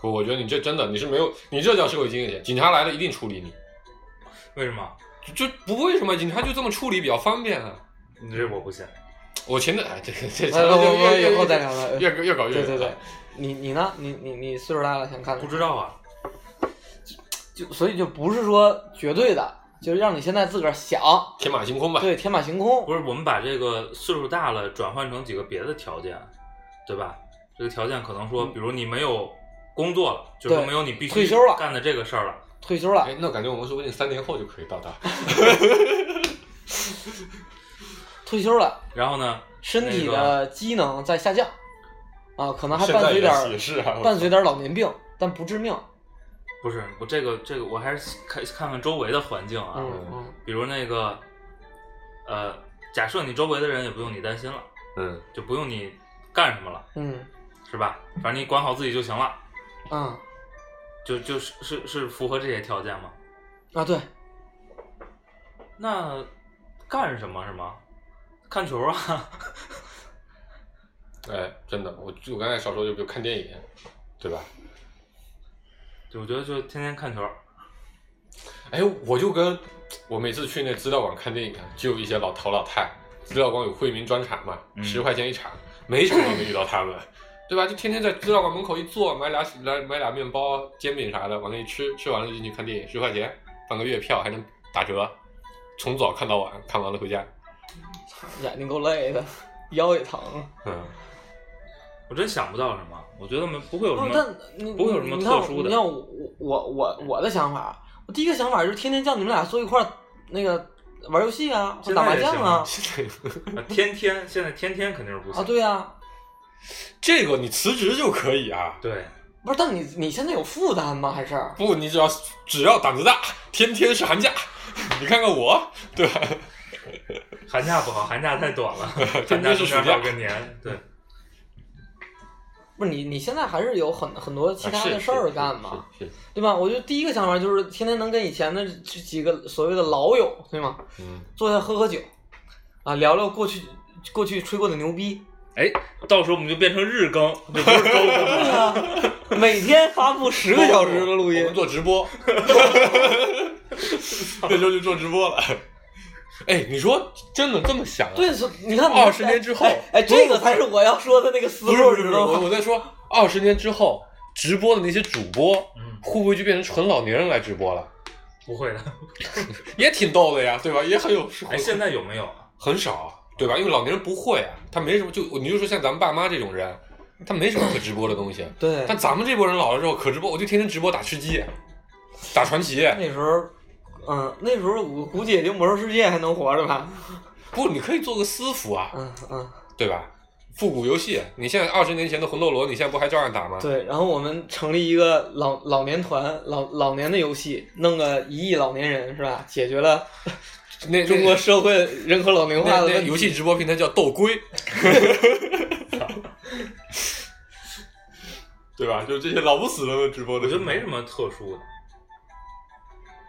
D: 不，我觉得你这真的你是没有，你这叫社会经验。警察来了一定处理你，
C: 为什么？
D: 就就不为什么警察就这么处理比较方便啊？
C: 你这我不信。
D: 我前阵哎，这个这
B: 来来，呃我
D: 越
B: 们
D: 越
B: 以后再聊了。
D: 越越搞越哎
B: 对对对，你你呢？你你你岁数大了想看看
C: 不知道啊，
B: 就所以就不是说绝对的，就是让你现在自个儿想，
D: 天马行空吧。
B: 对，天马行空。
C: 不是我们把这个岁数大了转换成几个别的条件，对吧？这个条件可能说，比如你没有工作了，就是
B: 嗯
C: 说
B: 对
C: 没有你必须
B: 退休了
C: 干的这个事儿了。
B: 退休了，
D: 哎，那感觉我们说不定三年后就可以到达。
B: 退休了，
C: 然后呢，
B: 身体
C: 那
B: 的机能在下降，啊，可 能还
D: 现
B: 伴
D: 在
B: 随
D: 也
B: 点
D: 是啊
B: 儿
D: 也是啊，
B: 伴随点儿老年病，但不致命。
C: 不是我这个这个，我还是看看看周围的环境啊，
B: 嗯嗯
C: 比如那个，呃，假设你周围的人也不用你担心了，
D: 嗯，
C: 就不用你干什么了，
B: 嗯
C: 是吧？反正你管好自己就行了，
B: 嗯
C: 就就是是是符合这些条件吗？
B: 啊，对，
C: 那干什么是吗？看球啊，
D: 哎，真的，我我刚才少说就比如看电影，对吧？
C: 就我觉得就天天看球，
D: 哎，我就跟我每次去那资料馆看电影，啊就有一些老头老太，资料馆有惠民专场嘛，
C: 嗯
D: 十、块钱一场，每一场都能遇到他们，对吧？就天天在资料馆门口一坐，买俩来买俩面包、煎饼啥的，往那一吃，吃完了就进去看电影，十块钱办个月票还能打折，从早看到晚，看完了回家。
B: 眼睛哎够累的， 腰也疼。
D: 嗯，
C: 我真想不到什么，我觉得没不会有什
B: 不是，
C: 么
B: 哦但你
C: 不会有什么
B: 你看我
C: 特殊
B: 你
C: 的
B: 看我我我我的想法，啊我第一个想法就是天天叫你们俩坐一块儿那个玩游戏啊，或
C: 现在
B: 打麻
C: 也
B: 将
C: 行
B: 啊
C: 啊，啊天天现在天天肯定是不行
B: 啊，对啊，
D: 这个你辞职就可以啊，
C: 对
B: 不是，但你你现在有负担吗？还是
D: 不，你只要只要胆子大，天天是寒假，你看看我，对吧？
C: 寒假不好，寒假太短了，
D: 天
C: 寒假
D: 天
C: 中
D: 是暑假
C: 间还有个年，对，
B: 不是你你现在还是有很很多其他
D: 啊
B: 的
D: 是
B: 事儿
D: 是
B: 干嘛，
D: 是是
B: 对吧？我就第一个想法就是天天能跟以前的这几个所谓的老友，对吗？
D: 嗯，
B: 坐下喝喝酒，啊，聊聊过去过去吹过的牛逼，
C: 哎，到时候我们就变成日更，就不是周更了。
B: 对啊，每天发布十个小时的录
D: 我
B: 音
D: 们，做 直播，那时候就做直播了。哎，你说真的这么想、啊？
B: 对，所你看
D: 二十年之后
B: 哎，哎，这个才是我要说的那个思
D: 不是，不
B: 路，
D: 是
B: 你知
D: 不是，
B: 道
D: 我
B: 吗？
D: 我在说二十年之后直播的那些主播，
C: 嗯
D: 会不会就变成纯老年人来直播了？
C: 不会的。
D: 也挺逗的呀，对吧？也很有，
C: 哎，现在有没有？
D: 很少，啊对吧？因为老年人不会啊，他没什么，就你就说像咱们爸妈这种人，他没什么可直播的东西。
B: 对，
D: 但咱们这波人老了之后可直播，我就天天直播打吃鸡，打传奇。
B: 那时候，嗯，那时候我估计也就魔兽世界还能活着吧，
D: 不，你可以做个私服啊，
B: 嗯嗯。
D: 对吧？复古游戏，你现在二十年前的魂斗罗，你现在不还照样打吗？
B: 对，然后我们成立一个老老年团，老老年的游戏，弄个一亿老年人是吧？解决了
D: 那
B: 中国社会人口老龄
D: 那
B: 化
D: 那
B: 的
D: 那
B: 问题
D: 游戏直播平台叫 斗龟，对吧？就是这些老不死的直
C: 我
D: 播
C: 觉得没什，么特殊的。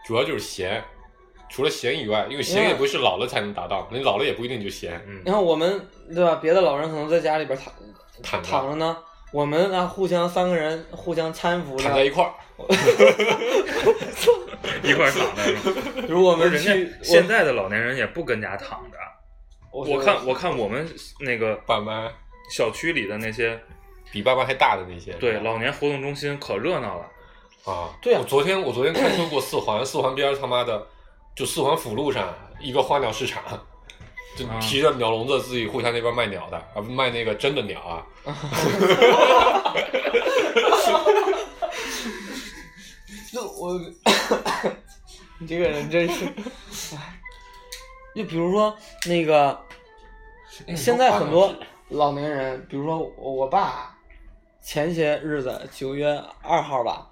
D: 主要就是闲。除了闲以外，因为
B: 因
D: 闲
B: 为
D: 也不是老了才能达到，你老了也不一定就闲。
C: 嗯
B: 你，看我们对吧？别的老人可能在家里边躺
D: 躺着
B: 躺着呢，我们啊互相三个人互相搀扶
D: 躺在
B: 着，
D: 一块儿，
C: 一块儿躺着是吗。
B: 比如我
C: 不是
B: 们
C: 人
B: 去
C: 家
B: 我
C: 现在的老年人也不跟家躺着，啊
B: 我觉
C: 我
B: 得
C: 看我看我们那个
D: 爸妈
C: 小区里的那些
D: 比爸妈还大的那些，
C: 对
D: 是吧
C: 老年活动中心可热闹了，
D: 啊，
B: 对啊
D: 我昨天我昨天开车过四环，四环边儿他妈的就四环辅路上一个花鸟市场，就
C: 啊
D: 提着鸟笼子自己互相那边卖鸟的，啊不卖那个真的鸟啊，
B: 那我，你这个人真是，哎， 就比如说那个，哎现在很多老年人，比如说我我爸，前些日子九月二号吧，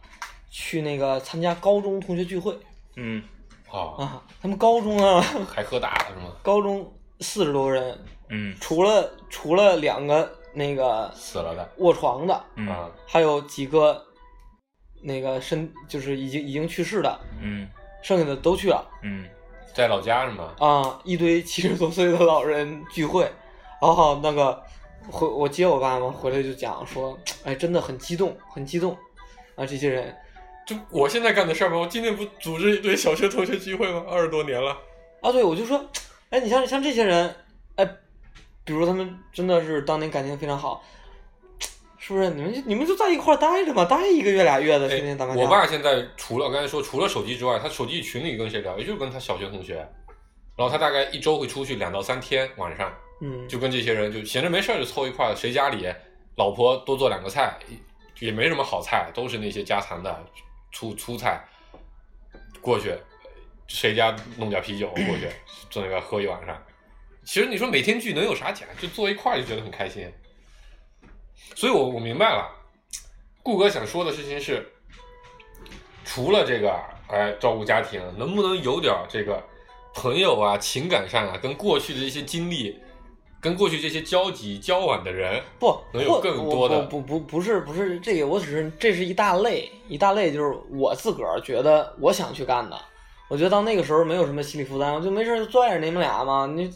B: 去那个参加高中同学聚会
C: 嗯，
D: 啊，
B: 啊，他们高中啊，
D: 还喝大了是吗？
B: 高中四十多个人，
C: 嗯
B: 除了除了两个那个
D: 死了的
B: 卧床的，
C: 嗯
D: 啊，
B: 还有几个那个身就是已经已经去世的，
C: 嗯
B: 剩下的都去了。
C: 嗯
D: 在老家是吗？
B: 啊，一堆七十多岁的老人聚会，然后那个回我接我爸妈回来就讲说，哎，真的很激动，很激动啊！这些人
D: 就我现在干的事儿吗？我今天不组织一堆小学同学聚会吗？二十多年了，
B: 啊，对我就说，哎，你像像这些人，哎，比如他们真的是当年感情非常好，是不是？你们就你们就在一块儿待着嘛，待一个月俩月的，天天打麻
D: 哎我
B: 将。
D: 爸现在除了我刚才说除了手机之外，他手机群里跟谁聊，也就是跟他小学同学，然后他大概一周会出去两到三天晚上。
B: 嗯，
D: 就跟这些人就闲着没事儿就凑一块儿，谁家里老婆多做两个菜，也没什么好菜，都是那些家常的粗粗菜，过去谁家弄点啤酒过去，坐那边喝一晚上。其实你说每天聚能有啥讲？就坐一块儿就觉得很开心。所以我我明白了，顾哥想说的事情是，除了这个哎照顾家庭，能不能有点儿这个朋友啊、情感上啊，跟过去的一些经历，跟过去这些交集、交往的人，
B: 不，
D: 能有
B: 或
D: 更
B: 我
D: 多的
B: 不不不不是不是这个，我只是这是一大类，一大类就是我自个儿觉得我想去干的。我觉得到那个时候没有什么心理负担，我就没事儿就拽着你们俩嘛，你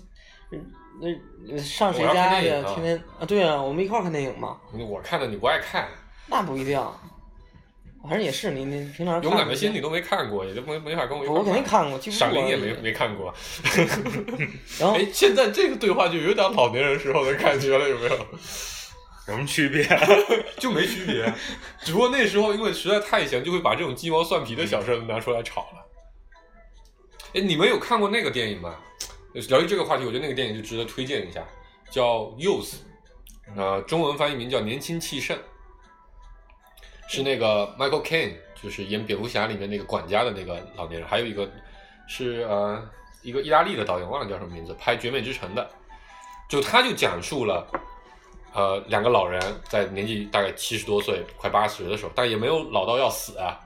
B: 那那上谁
D: 我要看
B: 家去？
D: 电影啊
B: 天天啊，对啊，我们一块儿看电影嘛，
D: 我看的你不爱看，
B: 那不一定。反正也是你你平常看
D: 勇敢的心你都没看过，也就没没法跟我一块
B: 我
D: 儿
B: 肯定看过，几乎
D: 闪灵也没
B: 我
D: 没看过。
B: 然后
D: 哎，现在这个对话就有点老年人时候的感觉了，有没有？
C: 有什么区别？啊
D: 就没区别，只不过那时候因为实在太闲，就会把这种鸡毛蒜皮的小事儿拿出来吵了。哎，你们有看过那个电影吗？聊起这个话题，我觉得那个电影就值得推荐一下，叫《Youth》，呃，中文翻译名叫《年轻气盛》，是那个 Michael Caine，就是演蝙蝠侠里面那个管家的那个老年人，还有一个是呃一个意大利的导演，忘了叫什么名字，拍《绝美之城》的，就他就讲述了。呃，两个老人在年纪大概七十多岁，快八十的时候，但也没有老到要死啊。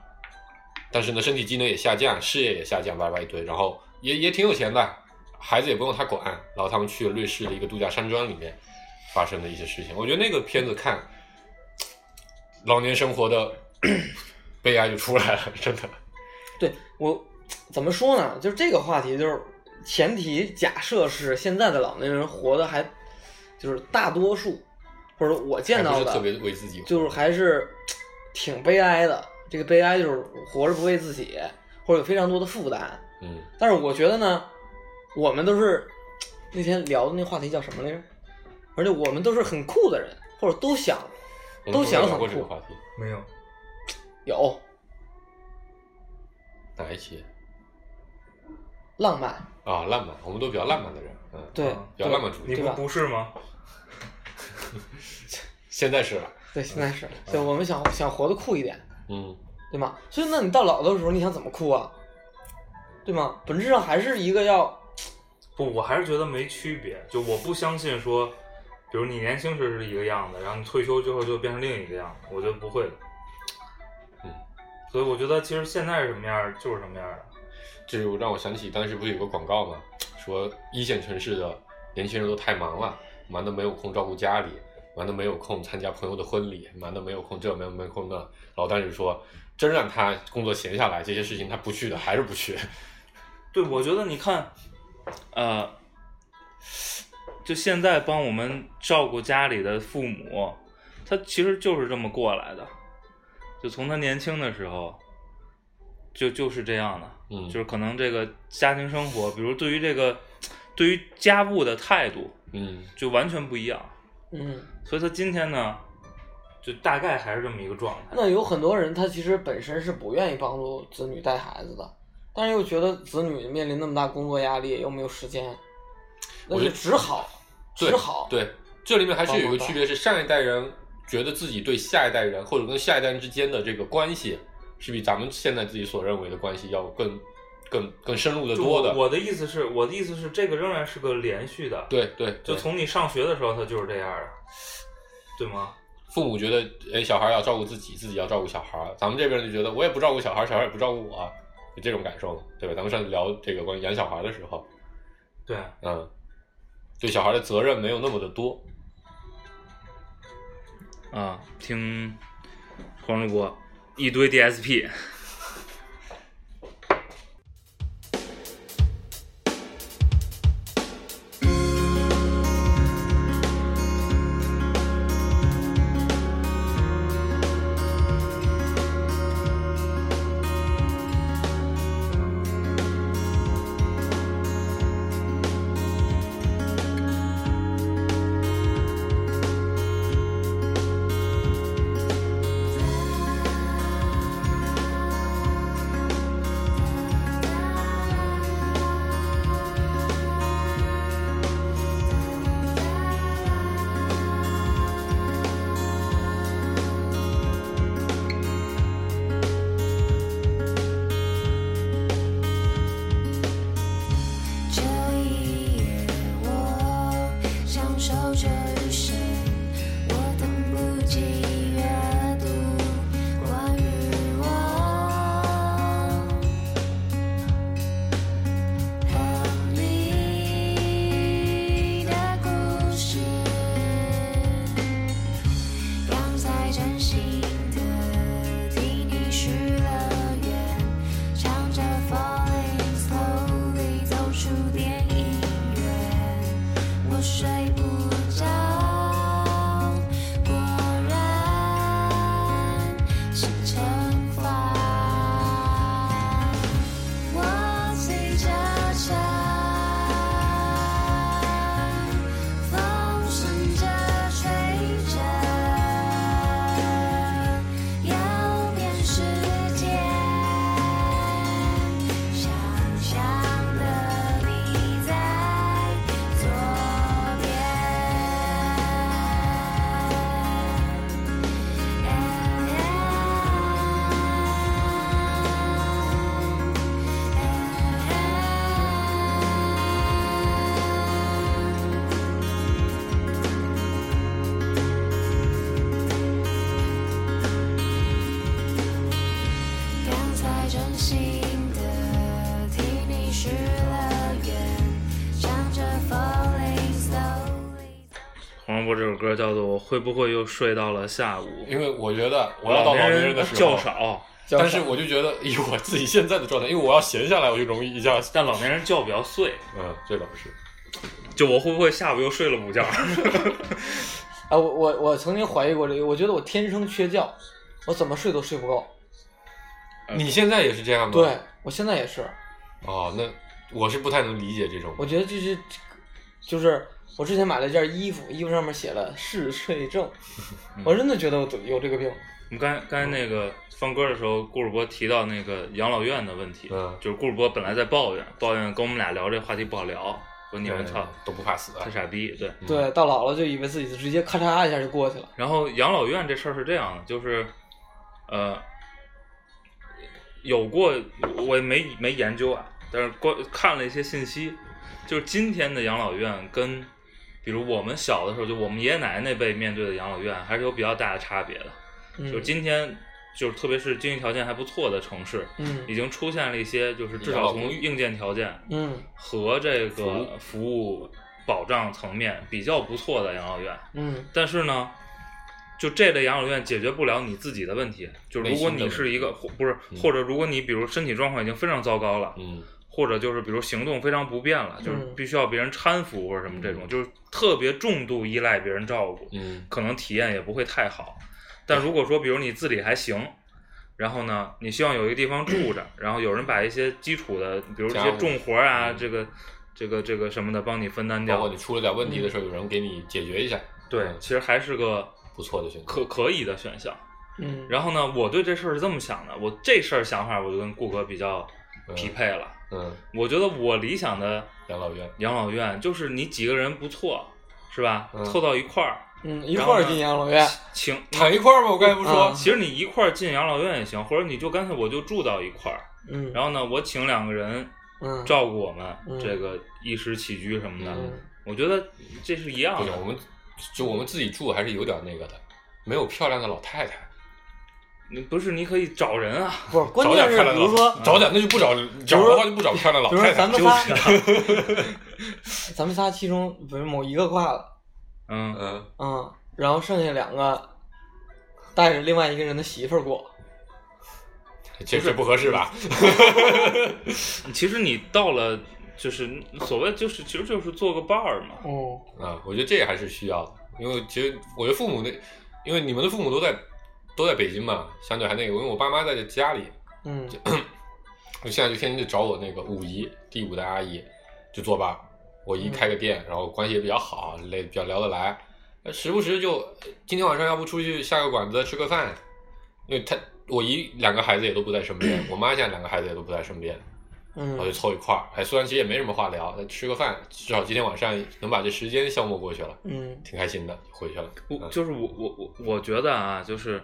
D: 但是呢，身体机能也下降，事业也下降，歪歪一堆，然后也也挺有钱的，孩子也不用他管。然后他们去了瑞士的一个度假山庄里面发生的一些事情，我觉得那个片子看，老年生活 的悲哀就出来了， 真的。
B: 对我怎么说呢？就是这个话题，就是前提假设是现在的老年人活的还就是大多数，或者我见
D: 还
B: 到
D: 不是特别
B: 的，
D: 为自己活，
B: 就是还是挺悲哀的。这个悲哀就是活着不为自己，或者有非常多的负担。
D: 嗯，
B: 但是我觉得呢，我们都是那天聊的那话题叫什么来着？而且我们都是很酷的人，或者都想
D: 我们
B: 都
D: 没有
B: 想
D: 聊
B: 很
D: 过这个
B: 酷。
D: 话题，
C: 没有，
B: 有
D: 哪一期
B: 浪漫，
D: 啊？浪漫，我们都比较浪漫的人，嗯，
B: 对
C: 啊，
D: 比
B: 对
D: 较浪漫主义，
C: 你
B: 对
C: 不
B: 吧
C: 不是吗？
D: 现在是了，
B: 对，现在是，对，我们想想活得酷一点。
D: 嗯。
B: 对吗？所以那你到老的时候，你想怎么酷啊？对吗？本质上还是一个要
C: 不，我还是觉得没区别。就我不相信说，比如你年轻时是一个样子，然后你退休之后就变成另一个样子，我觉得不会的。
D: 嗯，
C: 所以我觉得其实现在是什么样儿就是什么样儿的。
D: 这就让我想起当时不是有个广告吗？说一线城市的年轻人都太忙了，忙得没有空照顾家里，忙得没有空参加朋友的婚礼，忙得没有空这，没有没有空那。然后当时说，真让他工作闲下来，这些事情他不去的，还是不去。
C: 对，我觉得你看，呃，就现在帮我们照顾家里的父母，他其实就是这么过来的，就从他年轻的时候，就就是这样的，
D: 嗯
C: 就是可能这个家庭生活，比如对于这个对于家务的态度
D: 嗯，
C: 就完全不一样。
B: 嗯，
C: 所以他今天呢，就大概还是这么一个状态。
B: 那有很多人他其实本身是不愿意帮助子女带孩子的，但是又觉得子女面临那么大工作压力，又没有时间，那
D: 我
B: 就
D: 觉得
B: 只好
D: 对
B: 只好
D: 对，这里面还
C: 哦
D: 是有一
B: 帮
D: 个
B: 帮
D: 区别，是上一代人觉得自己对下一代人或者跟下一代人之间的这个关系，是比咱们现在自己所认为的关系要更更更深入的
C: 就
D: 多的。
C: 我我的意思是，我的意思是，这个仍然是个连续的，
D: 对对，
C: 就
D: 对
C: 从你上学的时候，他就是这样的，对吗？
D: 父母觉得，哎，小孩要照顾自己，自己要照顾小孩。咱们这边就觉得，我也不照顾小孩，小孩也不照顾我，有这种感受嘛，对吧？咱们上次聊这个关于养小孩的时候，
C: 对，
D: 嗯，对小孩的责任没有那么的多。
C: 啊，听黄立国一堆 DSP，
F: 这一夜，我享受着余生。我等不及阅读关于我。亨利的故事，让在真心的替你许了愿。唱着 Falling Slowly 走出电影院，我睡不着。果然是惩罚。我骑着车，风顺着吹着，要变世界。想象的你在左边。刚才真心的替你许了愿，唱着 Falling Slowly。
C: 黄立国这首歌叫做《我会不会又睡到了下午》，
D: 因为我觉得我要到老年人的时
C: 较，
D: 候
C: 少，
D: 但是我就觉得 以我自己现在的状态，因为我要闲下来，我就容易一下，
C: 但老年人觉比较碎。
D: 嗯，这倒是，
C: 就我会不会下午又睡了午觉？
B: 啊，我我我曾经怀疑过这个，我觉得我天生缺觉，我怎么睡都睡不够。
C: 嗯
D: 你现在也是这样吗？
B: 对，我现在也是，
D: 哦，那我是不太能理解这种，
B: 我觉得就是就是我之前买了一件衣服，衣服上面写了嗜睡 症，我真的觉得我有这个病。
C: 我们刚才刚才那个放歌的时候，顾主播提到那个养老院的问题，
D: 嗯
C: 就是顾主播本来在抱怨，抱怨跟我们俩聊这话题不好聊，说你们操
D: 都不怕死啊
C: 太，傻逼，对。
B: 对，到老了就以为自己直接咔嚓一下就过去了。
C: 然后养老院这事儿是这样的，就是，呃，有过我也没没研究啊，但是关看了一些信息，就是今天的养老院跟，比如我们小的时候，就我们爷爷奶奶那辈面对的养老院，还是有比较大的差别的。
B: 嗯
C: 就是今天，就是特别是经济条件还不错的城市，已
B: 嗯
C: 经出现了一些，就是至
D: 养
C: 少
D: 老
C: 从
D: 公寓
C: 硬件条件
B: 嗯
C: 和这
D: 服
C: 个
D: 务
C: 服务保障层面比较不错的养老院。
B: 嗯
C: 但是呢，就这类养老院解决不了你自己的问题，就是如果你是一个
D: 内
C: 或不是，或者如果你比如身体状况已经非常糟糕了，
D: 嗯，
C: 或者就是比如行动非常不便了，就是
B: 嗯
C: 必须要别人搀扶或者什么这种，就是特别重度依赖别人照顾，
D: 嗯
C: 可能体验也不会太好。但如果说比如你自理还行。然后呢，你希望有一个地方住着，然后有人把一些基础的，比如一
D: 家
C: 些
D: 务
C: 重活啊，
D: 嗯
C: 这个这个这个什么的帮你分
B: 嗯
C: 担
D: 包括
C: 掉
D: 你。嗯出了点问
C: 嗯
D: 题的时候，有人给你解决一下，
C: 对，其实还是个
D: 不错的选择。
C: 可可以的选项。
B: 嗯，
C: 然后呢，我对这事儿是这么想的，我这事儿想法我就跟顾哥比较匹配了。
D: 嗯，
C: 我觉得我理想的
D: 养老院，
C: 养老院就是你几个人不错，是吧？
D: 嗯
C: 凑到一块儿，
B: 嗯，一块儿进养老院，
C: 请
D: 躺一块儿吧，我刚才不说
B: 嗯，
C: 其实你一块儿进养老院也行，或者你就干脆我就住到一块儿，
B: 嗯，
C: 然后呢，我请两个人
B: 嗯，
C: 照顾我们、
B: 嗯
C: 这个衣食起居什么的，
B: 嗯
C: 我觉得这是一
D: 不
C: 样
D: 行，我
C: 的。
D: 们就我们自己住还是有点那个的，没有漂亮的老太太，
C: 你不是你可以找人啊，
B: 不是，关
D: 找
B: 键
D: 点
B: 是
D: 漂亮
B: 比
D: 的
B: 如
D: 老
B: 说，
D: 找点那就不找，找的话就不找漂亮老
B: 比如说
D: 太太
B: 咱。们
C: 就
B: 仨
C: 是，
B: 咱们仨其中不是某一个挂了，
C: 嗯，
D: 嗯，
B: 嗯，然后剩下两个带着另外一个人的媳妇儿过，
D: 这这不合适吧？
C: 其实你到了就是所谓就是其实就是做个伴儿嘛，
B: 哦，
D: 啊，我觉得这还是需要的，因为其实我觉得父母那，因为你们的父母都在都在北京嘛，相对还那个，因为我爸妈在家里，
B: 嗯，
D: 我现在就天天就找我那个五姨，第五代阿姨，就作伴儿。我姨开个店，然后关系也比较好，类比较聊得来，呃时不时就今天晚上要不出去下个馆子吃个饭，因为她我姨两个孩子也都不在身边，我妈现在两个孩子也都不在身边，然后就
B: 嗯，
D: 凑一块儿，哎，虽然其实也没什么话聊，但吃个饭，至少今天晚上能把这时间消磨过去了，
B: 嗯，
D: 挺开心的，回去了。
C: 我就是我我我我觉得啊，就是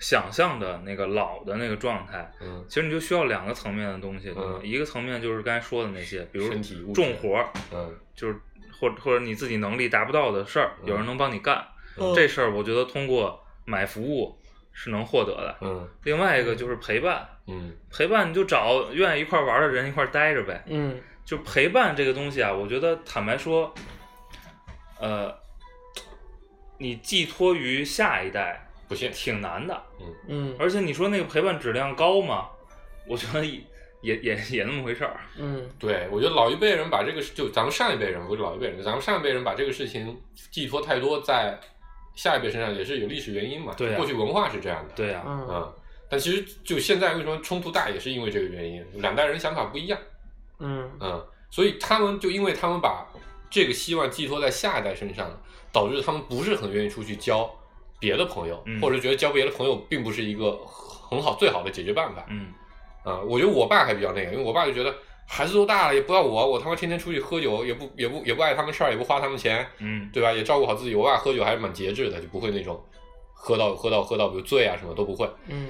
C: 想象的那个老的那个状态，
D: 嗯，
C: 其实你就需要两个层面的东西，可能
D: 嗯
C: 一个层面就是刚才说的那些，比如
D: 身体物质
C: 重活儿，
D: 嗯
C: 就是或或者你自己能力达不到的事儿，
D: 嗯
C: 有人能帮你干，
D: 嗯
C: 这事儿我觉得通过买服务是能获得的。
D: 嗯
C: 另外一个就是陪伴，
D: 嗯
C: 陪伴你就找愿意一块儿玩儿的人一块儿待着呗。
B: 嗯，
C: 就陪伴这个东西啊，我觉得坦白说，呃，你寄托于下一代
D: 不信
C: 挺难的。
B: 嗯，
C: 而且你说那个陪伴质量高吗？我觉得也也也也那么回事儿。
B: 嗯，
D: 对，我觉得老一辈人把这个事，就咱们上一辈人，不是老一辈人，咱们上一辈人把这个事情寄托太多在下一辈身上，也是有历史原因嘛。
C: 对啊
D: 过去文化是这样的。，
C: 对啊呀、
B: 嗯，
D: 嗯，但其实就现在为什么冲突大，也是因为这个原因，两代人想法不一样。
B: 嗯，
D: 嗯，所以他们就因为他们把这个希望寄托在下一代身上了，导致他们不是很愿意出去交别的朋友，
C: 嗯
D: 或者觉得交别的朋友并不是一个很好最好的解决办法。
C: 嗯，
D: 啊、我觉得我爸还比较那个，因为我爸就觉得孩子都大了，也不要我，我他妈天天出去喝酒，也不也不也不碍他们事儿，也不花他们钱，
C: 嗯，
D: 对吧？也照顾好自己。我爸喝酒还是蛮节制的，就不会那种喝到喝到喝到，比如醉啊什么都不会。
B: 嗯，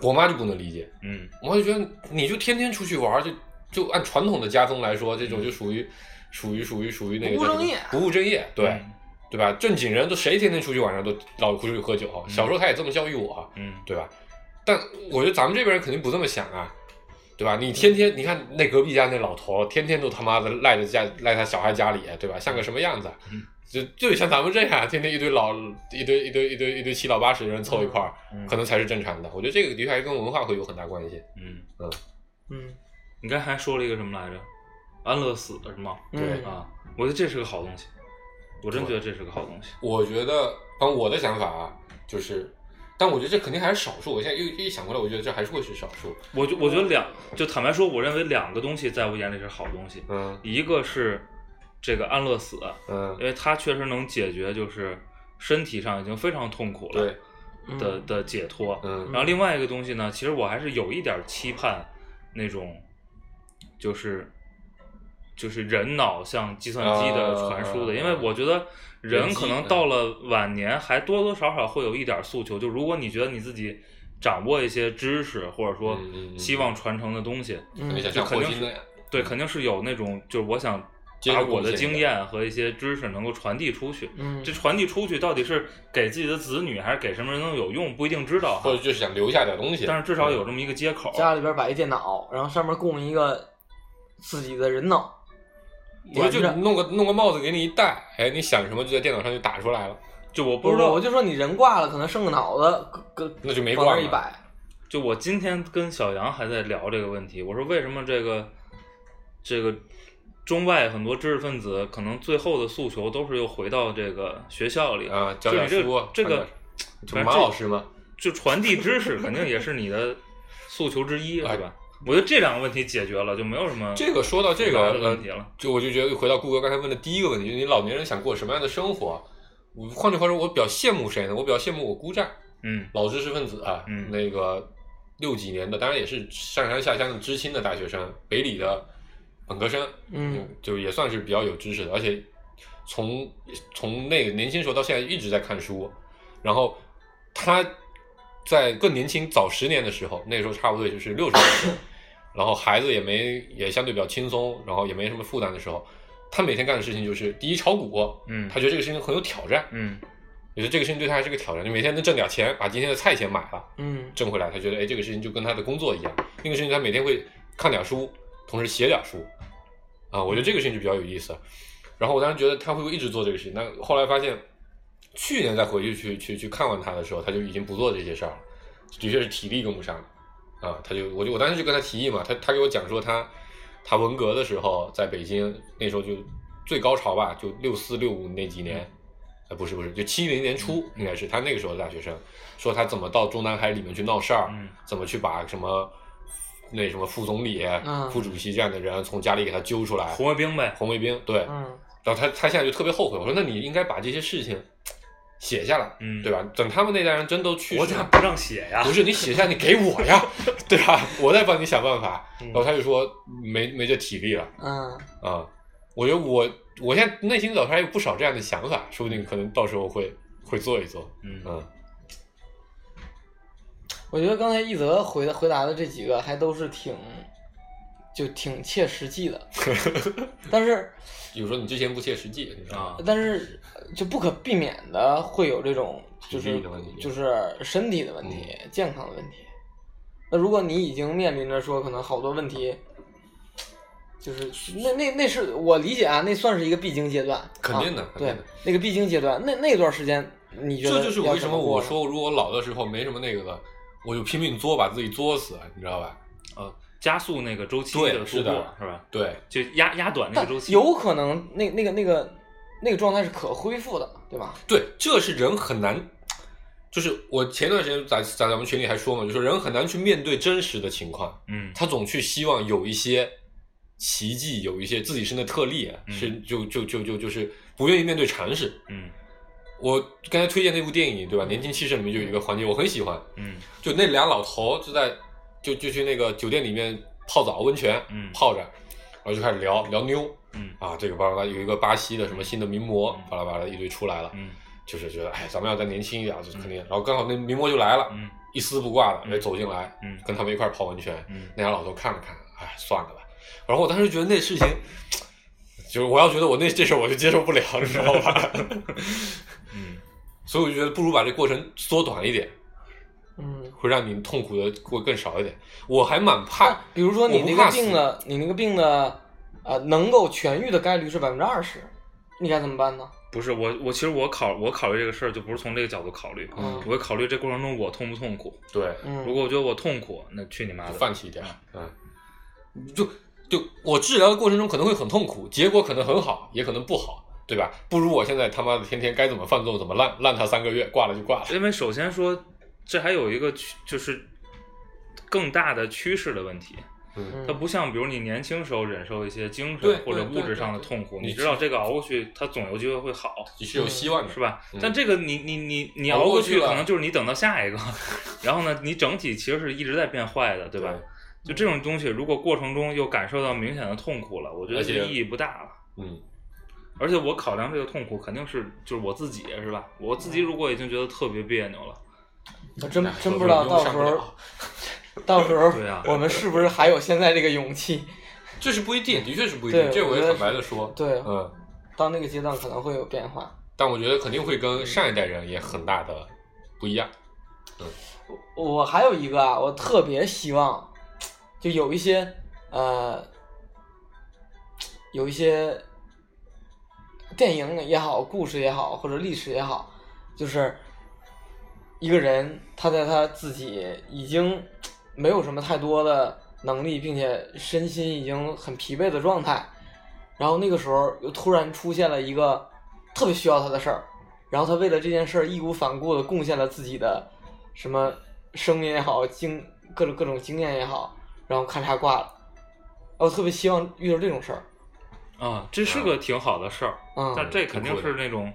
D: 我妈就不能理解，
C: 嗯，
D: 我妈就觉得你就天天出去玩儿，就就按传统的家风来说，这种就属于属于属于属于那个
B: 不务
D: 叫什么
B: 正业
D: 不务正业，对、
C: 嗯
D: 对吧？正经人都谁天天出去晚上都老出去喝酒啊？小时候他也这么教育我啊，
C: 嗯，
D: 对吧？但我觉得咱们这边人肯定不这么想啊，对吧？你天天你看那隔壁家那老头，天天都他妈的赖着家赖他小孩家里，对吧？像个什么样子啊
C: 嗯？
D: 就就得像咱们这样，天天一堆老一堆一堆一堆一堆七老八十的人凑一块儿，
C: 嗯
D: 可能才是正常的。我觉得这个的确还跟文化会有很大关系。
C: 嗯，
B: 嗯，
C: 你刚才还说了一个什么来着？安乐死是吗？
B: 嗯，
C: 啊，我觉得这是个好东西，我真觉得这是个好东西。
D: 我觉得，反正我的想法啊，就是，但我觉得这肯定还是少数。我现在又一想过来，我觉得这还是会是少数。
C: 我就我觉得两，就坦白说，我认为两个东西在我眼里是好东西，
D: 嗯
C: 一个是这个安乐死，
D: 嗯
C: 因，为它确实能解决就是身体上已经非常痛苦了
D: 对，
B: 嗯
C: 的的解脱。
D: 嗯
C: 然后另外一个东西呢，其实我还是有一点期盼那种，就是就是人脑向计算机的传输的，
D: 啊嗯
C: 因为我觉得人可能到了晚年还多多少少会有一点诉求，就如果你觉得你自己掌握一些知识，或者说
D: 嗯嗯嗯
C: 希望传承的东西，
D: 肯定
B: 嗯，
D: 想像
C: 这肯
D: 霍
C: 定
D: 金那样。
C: 对，肯定是有那种就是我想
D: 接
C: 把
D: 着
C: 我的
D: 贡献
C: 经
D: 的
C: 验和一些知识能够传递出去。
B: 嗯
C: 这，传递出去到底是给自己的子女，还是给什么人都有用，不一定知道哈。
D: 或者就是想留下点东西，
C: 但是至少有这么一个接口。
B: 家里边摆一电脑，然后上面供一个自己的人脑，
D: 我就
B: 连着
D: 弄个弄个帽子给你一戴，哎，你想什么就在电脑上就打出来了，
C: 就我
B: 不
C: 不知
B: 是，
C: 道
B: 我，就说你人挂了，可能剩个脑子，搁搁
D: 那就没
B: 往那
D: 挂
B: 儿一摆，
C: 就我今天跟小杨还在聊这个问题，我说为什么这个这个中外很多知识分子可能最后的诉求都是又回到这个学校里，
D: 啊，
C: 就是
D: 教点
C: 你这
D: 书
C: 个，这
D: 看点
C: 个
D: 就马老师嘛，
C: 就传递知识，肯定也是你的诉求之一，
D: 哎
C: 是吧？我觉得这两个问题解决了，就没有什么
D: 这个说到这个呃
C: 复杂的问题了。
D: 就我就觉得回到顾哥刚才问的第一个问题，就是你老年人想过什么样的生活？我换句话说，我比较羡慕谁呢？我比较羡慕我姑丈，
C: 嗯
D: 老知识分子啊，
C: 嗯
D: 那个六几年的，当然也是上山下乡的知青的大学生，北理的本科生，
B: 嗯，
D: 就也算是比较有知识的，而且从从那个年轻时候到现在一直在看书，然后他在更年轻早十年的时候，那个时候差不多也就是六十岁，然后孩子也没也相对比较轻松，然后也没什么负担的时候，他每天干的事情就是第一炒股，
C: 嗯
D: 他觉得这个事情很有挑战，
C: 嗯
D: 也就这个事情对他还是个挑战，就每天能挣点钱，把今天的菜钱买了。
B: 嗯
D: 挣回来，他觉得哎，这个事情就跟他的工作一样。那个事情他每天会看点书，同时写点书，啊，我觉得这个事情就比较有意思。然后我当时觉得他会不会一直做这个事情？但后来发现，去年再回去去去去看望他的时候，他就已经不做这些事儿了，的确是体力跟不上了啊。他就我就我当时就跟他提议嘛，他他给我讲说他他文革的时候在北京那时候就最高潮吧，就六四六五那几年。啊，不是不是，就七零年初应该是他那个时候的大学生，说他怎么到中南海里面去闹事儿，
C: 嗯
D: 怎么去把什么那什么副总理、
B: 嗯
D: 副主席这样的人从家里给他揪出来，
C: 红卫兵呗，
D: 红卫兵对，
B: 嗯
D: 然后他他现在就特别后悔，我说那你应该把这些事情写下来，
C: 嗯
D: 对吧？等他们那代人真都去
C: 我
D: 世
C: 咋
D: 了，
C: 不啊让写呀？
D: 不是你写下你给我 呀，对吧？我再帮你想办法。
B: 嗯
D: 然后他就说没没这体力了。
B: 嗯
D: 啊、我觉得我我现在内心早上还有不少这样的想法，说不定可能到时候会会做一做。
C: 嗯
D: 嗯
B: 我觉得刚才一泽回回答的这几个还都是挺，就挺切实际 的，但是
D: 有时候你之前不切实际，你知道吗？
C: 啊，
B: 但是呃就不可避免的会有这种就
D: 体
B: 是
D: 力的问题嗯
B: 就是身体的问题、健康的问题。那如果你已经面临着说可能好多问题，就是那那那是我理解啊，那算是一个必经阶段，
D: 肯定的
B: 啊、
D: 肯定
B: 对
D: 的，
B: 那个必经阶段，那那段时间你觉得
D: 这就是
B: 要
D: 为什
B: 怎
D: 么
B: 过
D: 我
B: 呢
D: 说，如果我老的时候没什么那个了，我就拼命作，把自己作死，啊你知道吧？
C: 加速那个周期
D: 对
C: 的
D: 是
C: 度
D: 的
C: 过是吧？
D: 对，
C: 就压压短那
B: 但
C: 个周期。
B: 有可能那那个那个那个状态是可恢复的，对吧？
D: 对，这是人很难，就是我前段时间在在咱们群里还说嘛，就说人很难去面对真实的情况，
C: 嗯
D: 他总去希望有一些奇迹，有一些自己身的特例，啊
C: 嗯
D: 是就就就就就是不愿意面对常识。
C: 嗯
D: 我刚才推荐那部电影对吧，《年轻气盛》里面就有一个环节我很喜欢，
C: 嗯
D: 就那俩老头就在就就去那个酒店里面泡澡温泉，
C: 嗯
D: 泡着，然后就开始聊聊妞
C: 嗯
D: 啊，这个巴拉巴拉有一个巴西的什么新的名模，巴拉巴拉一堆出来了，
C: 嗯
D: 就是觉得哎，咱们要再年轻一点，就是肯定。然后刚好那名模就来了，
C: 嗯
D: 一丝不挂的，
C: 嗯
D: 哎，走进来，
C: 嗯
D: 跟他们一块儿泡温泉。
C: 嗯
D: 那俩老头看了看，哎，算了吧。然后我当时觉得那事情，就是我要觉得我那这事儿我就接受不了，你知道吧？
C: 嗯，
D: 所以我就觉得不如把这过程缩短一点，
B: 嗯，
D: 会让你痛苦的过更少一点。我还蛮怕，
B: 比如说你
D: 我不
B: 那
D: 怕
B: 个
D: 死
B: 病的，你那个病的，呃，能够痊愈的概率是百分之二十，你该怎么办呢？
C: 不是我我其实我考我考虑这个事儿就不是从这个角度考虑，
B: 嗯
C: 我会考虑这过程中我痛不痛苦。
D: 对，
B: 嗯，啊
C: 如果我觉得我痛苦，那去你妈
D: 就
C: 的！
D: 放弃一点，嗯，就就我治疗的过程中可能会很痛苦，结果可能很好，也可能不好，对吧？不如我现在他妈的天天该怎么放纵怎么烂烂他三个月，挂了就挂了。
C: 因为首先说，这还有一个趋就是更大的趋势的问题，
B: 嗯
C: 它不像比如你年轻时候忍受一些精
D: 对
C: 神或者
D: 对对
C: 物质上的
D: 对对
C: 痛苦，
D: 你
C: 你知道这个熬过去，它总有机会会好。
D: 你是有希望的，
C: 是？吧
D: 嗯？
C: 但这个你你你你
D: 熬
C: 熬
D: 过
C: 过
D: 去
C: 去，
D: 了
C: 可能就是你等到下一个， 然后呢，你整体其实是一直在变坏的，对吧？就这种东西，如果过程中又感受到明显的痛苦了，我觉
D: 而
C: 得
D: 且
C: 这意义不大了。
D: 嗯，
C: 而且我考量这个痛苦，肯定是就是我自己，是吧？我自己如果已经觉得特别别扭了，
B: 我真
D: 哎
B: 真不知道
D: 我
B: 到
D: 用
B: 时
D: 上不
B: 候
D: 了，
B: 到时候
C: 对啊
B: 我们是不是还有现在这个勇气？
D: 这是不一定，的确是不一定，
B: 对
D: 这我
B: 我
D: 也
B: 觉得
D: 坦白的说，
B: 对，
D: 嗯，
B: 到那个阶段可能会有变化。
D: 但我觉得肯定会跟上一代人也很大的不一样。
B: 我还有一个啊，我特别希望，就有一些呃，有一些电影也好，故事也好，或者历史也好，就是一个人他在他自己已经没有什么太多的能力，并且身心已经很疲惫的状态，然后那个时候又突然出现了一个特别需要他的事儿，然后他为了这件事儿义无反顾的贡献了自己的什么声音也好，经各种各种经验也好，然后咔嚓挂了。我特别希望遇到这种事儿，
C: 啊，这是个挺好的事儿，
B: 嗯
C: 但这肯定
D: 挺
C: 是
D: 酷
C: 那种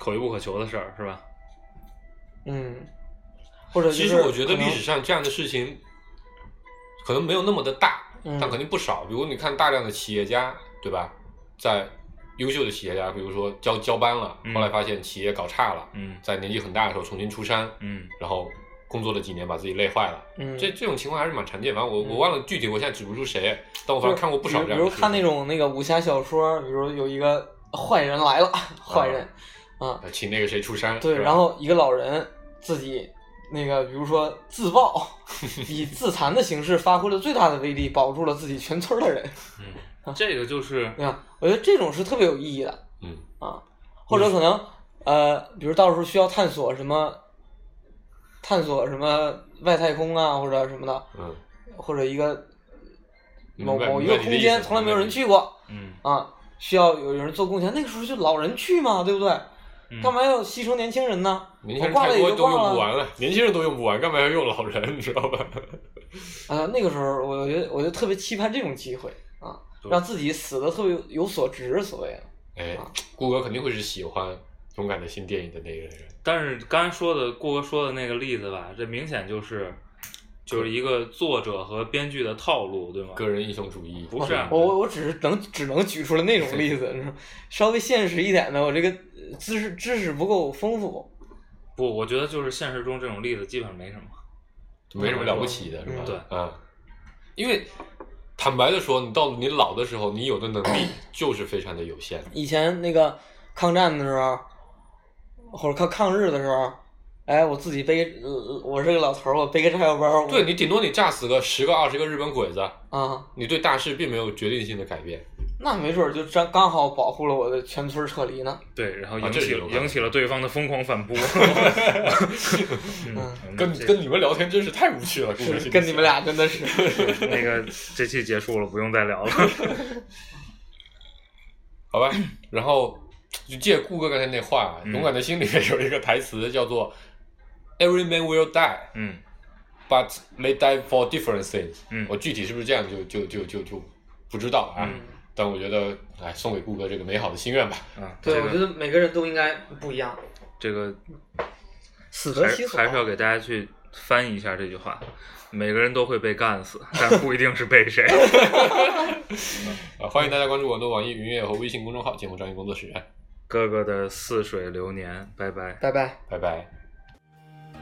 C: 可遇不可求的事儿，是吧？
B: 嗯，或者、就是、
D: 其实我觉得
B: 可能
D: 历史上这样的事情，可能没有那么的大，
B: 嗯
D: 但肯定不少。比如你看大量的企业家，对吧？在优秀的企业家，比如说交交班了，
C: 嗯
D: 后来发现企业搞差了，
C: 嗯
D: 在年纪很大的时候重新出山，
C: 嗯
D: 然后工作了几年把自己累坏了。
B: 嗯，
D: 这这种情况还是蛮常见，反正我我忘了具体，我现在指不出谁，但我
B: 我
D: 反正看过不少这
B: 比
D: 样
B: 如
D: 的
B: 比如看那种那个武侠小说，比如有一个坏人来了，坏人，啊，
D: 种呃请那个谁出山，
B: 对，
D: 是吧
B: 然后一个老人自己那个，比如说自 爆，以自残的形式发挥了最大的威力，保住了自己全村的人，
C: 嗯，这个就是
B: 对吧？我觉得这种是特别有意义的，
D: 嗯
B: 啊，或者可能呃，比如到时候需要探索什么，探索什么外太空啊，或者什么的，
D: 嗯，
B: 或者一个某
D: 明白
B: 某一
D: 明
B: 个
D: 白你
B: 空
D: 的意思
B: 间从来没有人
D: 明白你的意思
B: 去过
C: 嗯，
B: 啊，需要有人做贡献。那个时候就老人去嘛，对不对？
C: 嗯
B: 干嘛要牺牲年轻人呢？
D: 年轻
B: 我
D: 人
B: 挂了
D: 太
B: 也
D: 多
B: 就
D: 都
B: 挂
D: 用
B: 了
D: 不完了，年轻人都用不完，干嘛要用老人？你知道吧？
B: 啊，那个时候我觉得我就特别期盼这种机会啊，
C: 对
B: 让自己死的特别有所值，所谓的。
D: 哎
B: 啊，
D: 顾哥肯定会是喜欢《勇敢的新电影》的那个人。
C: 但是刚才说的顾哥说的那个例子吧，这明显就是就是一个作者和编剧的套路，对吗？
D: 个人英雄主义
C: 不是啊
B: 哦我我我只是能只能举出了那种例子，你知道吗稍微现实一点的，我这个呃知识知识不够丰富。
C: 不，我觉得就是现实中这种例子基本上没什么。
D: 没什么了不起的，是吧？
B: 嗯
C: 对
D: 嗯，因为坦白的说，你到你老的时候，你有的能 力就是非常的有限。
B: 以前那个抗战的时候，或者抗抗日的时候，哎，我自己背，呃我是个老头儿，我背个炸药包，我
D: 对你顶多你炸死个十个二十个日本鬼子，
B: 啊，
D: 你对大势并没有决定性的改变。
B: 那没准儿就刚刚好保护了我的全村撤离呢。
C: 对，然后
D: 啊
C: 引
D: 这
C: 起、
D: 是有可能
C: 引起了对方的疯狂 反驳。
B: 嗯
C: 嗯
D: 跟
C: 这
D: 跟你们聊天真是太无趣了，顾哥
B: 是跟你们。俩真的是，
C: 那 个这期结束了，不用再聊 了。
D: 好吧，然后就借顾哥刚才那话，《
C: 嗯
D: 勇敢的心》里面有一个台词叫做 “Every man will die”，
C: 嗯
D: But they die for different things。
C: 嗯
D: 我具体是不是这样就就就就就不知道啊。
C: 嗯
D: 但我觉得，哎，送给顾哥这个美好的心愿吧。
C: 啊，
B: 对，
C: 这
B: 我
C: 个
B: 觉得每个人都应该不一样，
C: 这个
B: 死
C: 还
B: 得其所。
C: 还是要给大家去翻译一下这句话。每个人都会被干死，但不一定是被谁。
D: 啊，欢迎大家关注我的网易云音乐和微信公众号“节目专业工作室”，啊
C: 哥哥的似水流年，拜拜。
B: 拜拜。
D: 拜拜。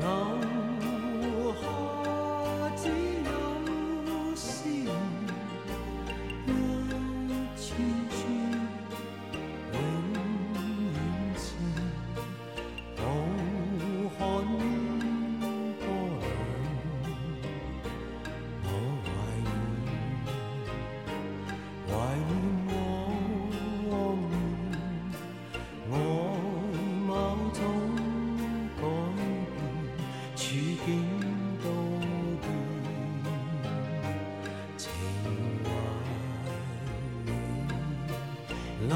E: 留下只有笑，一串串永远情，無憾波瀾，我懷念，懷念往年。我某種改變，處境都變，情懷裏冷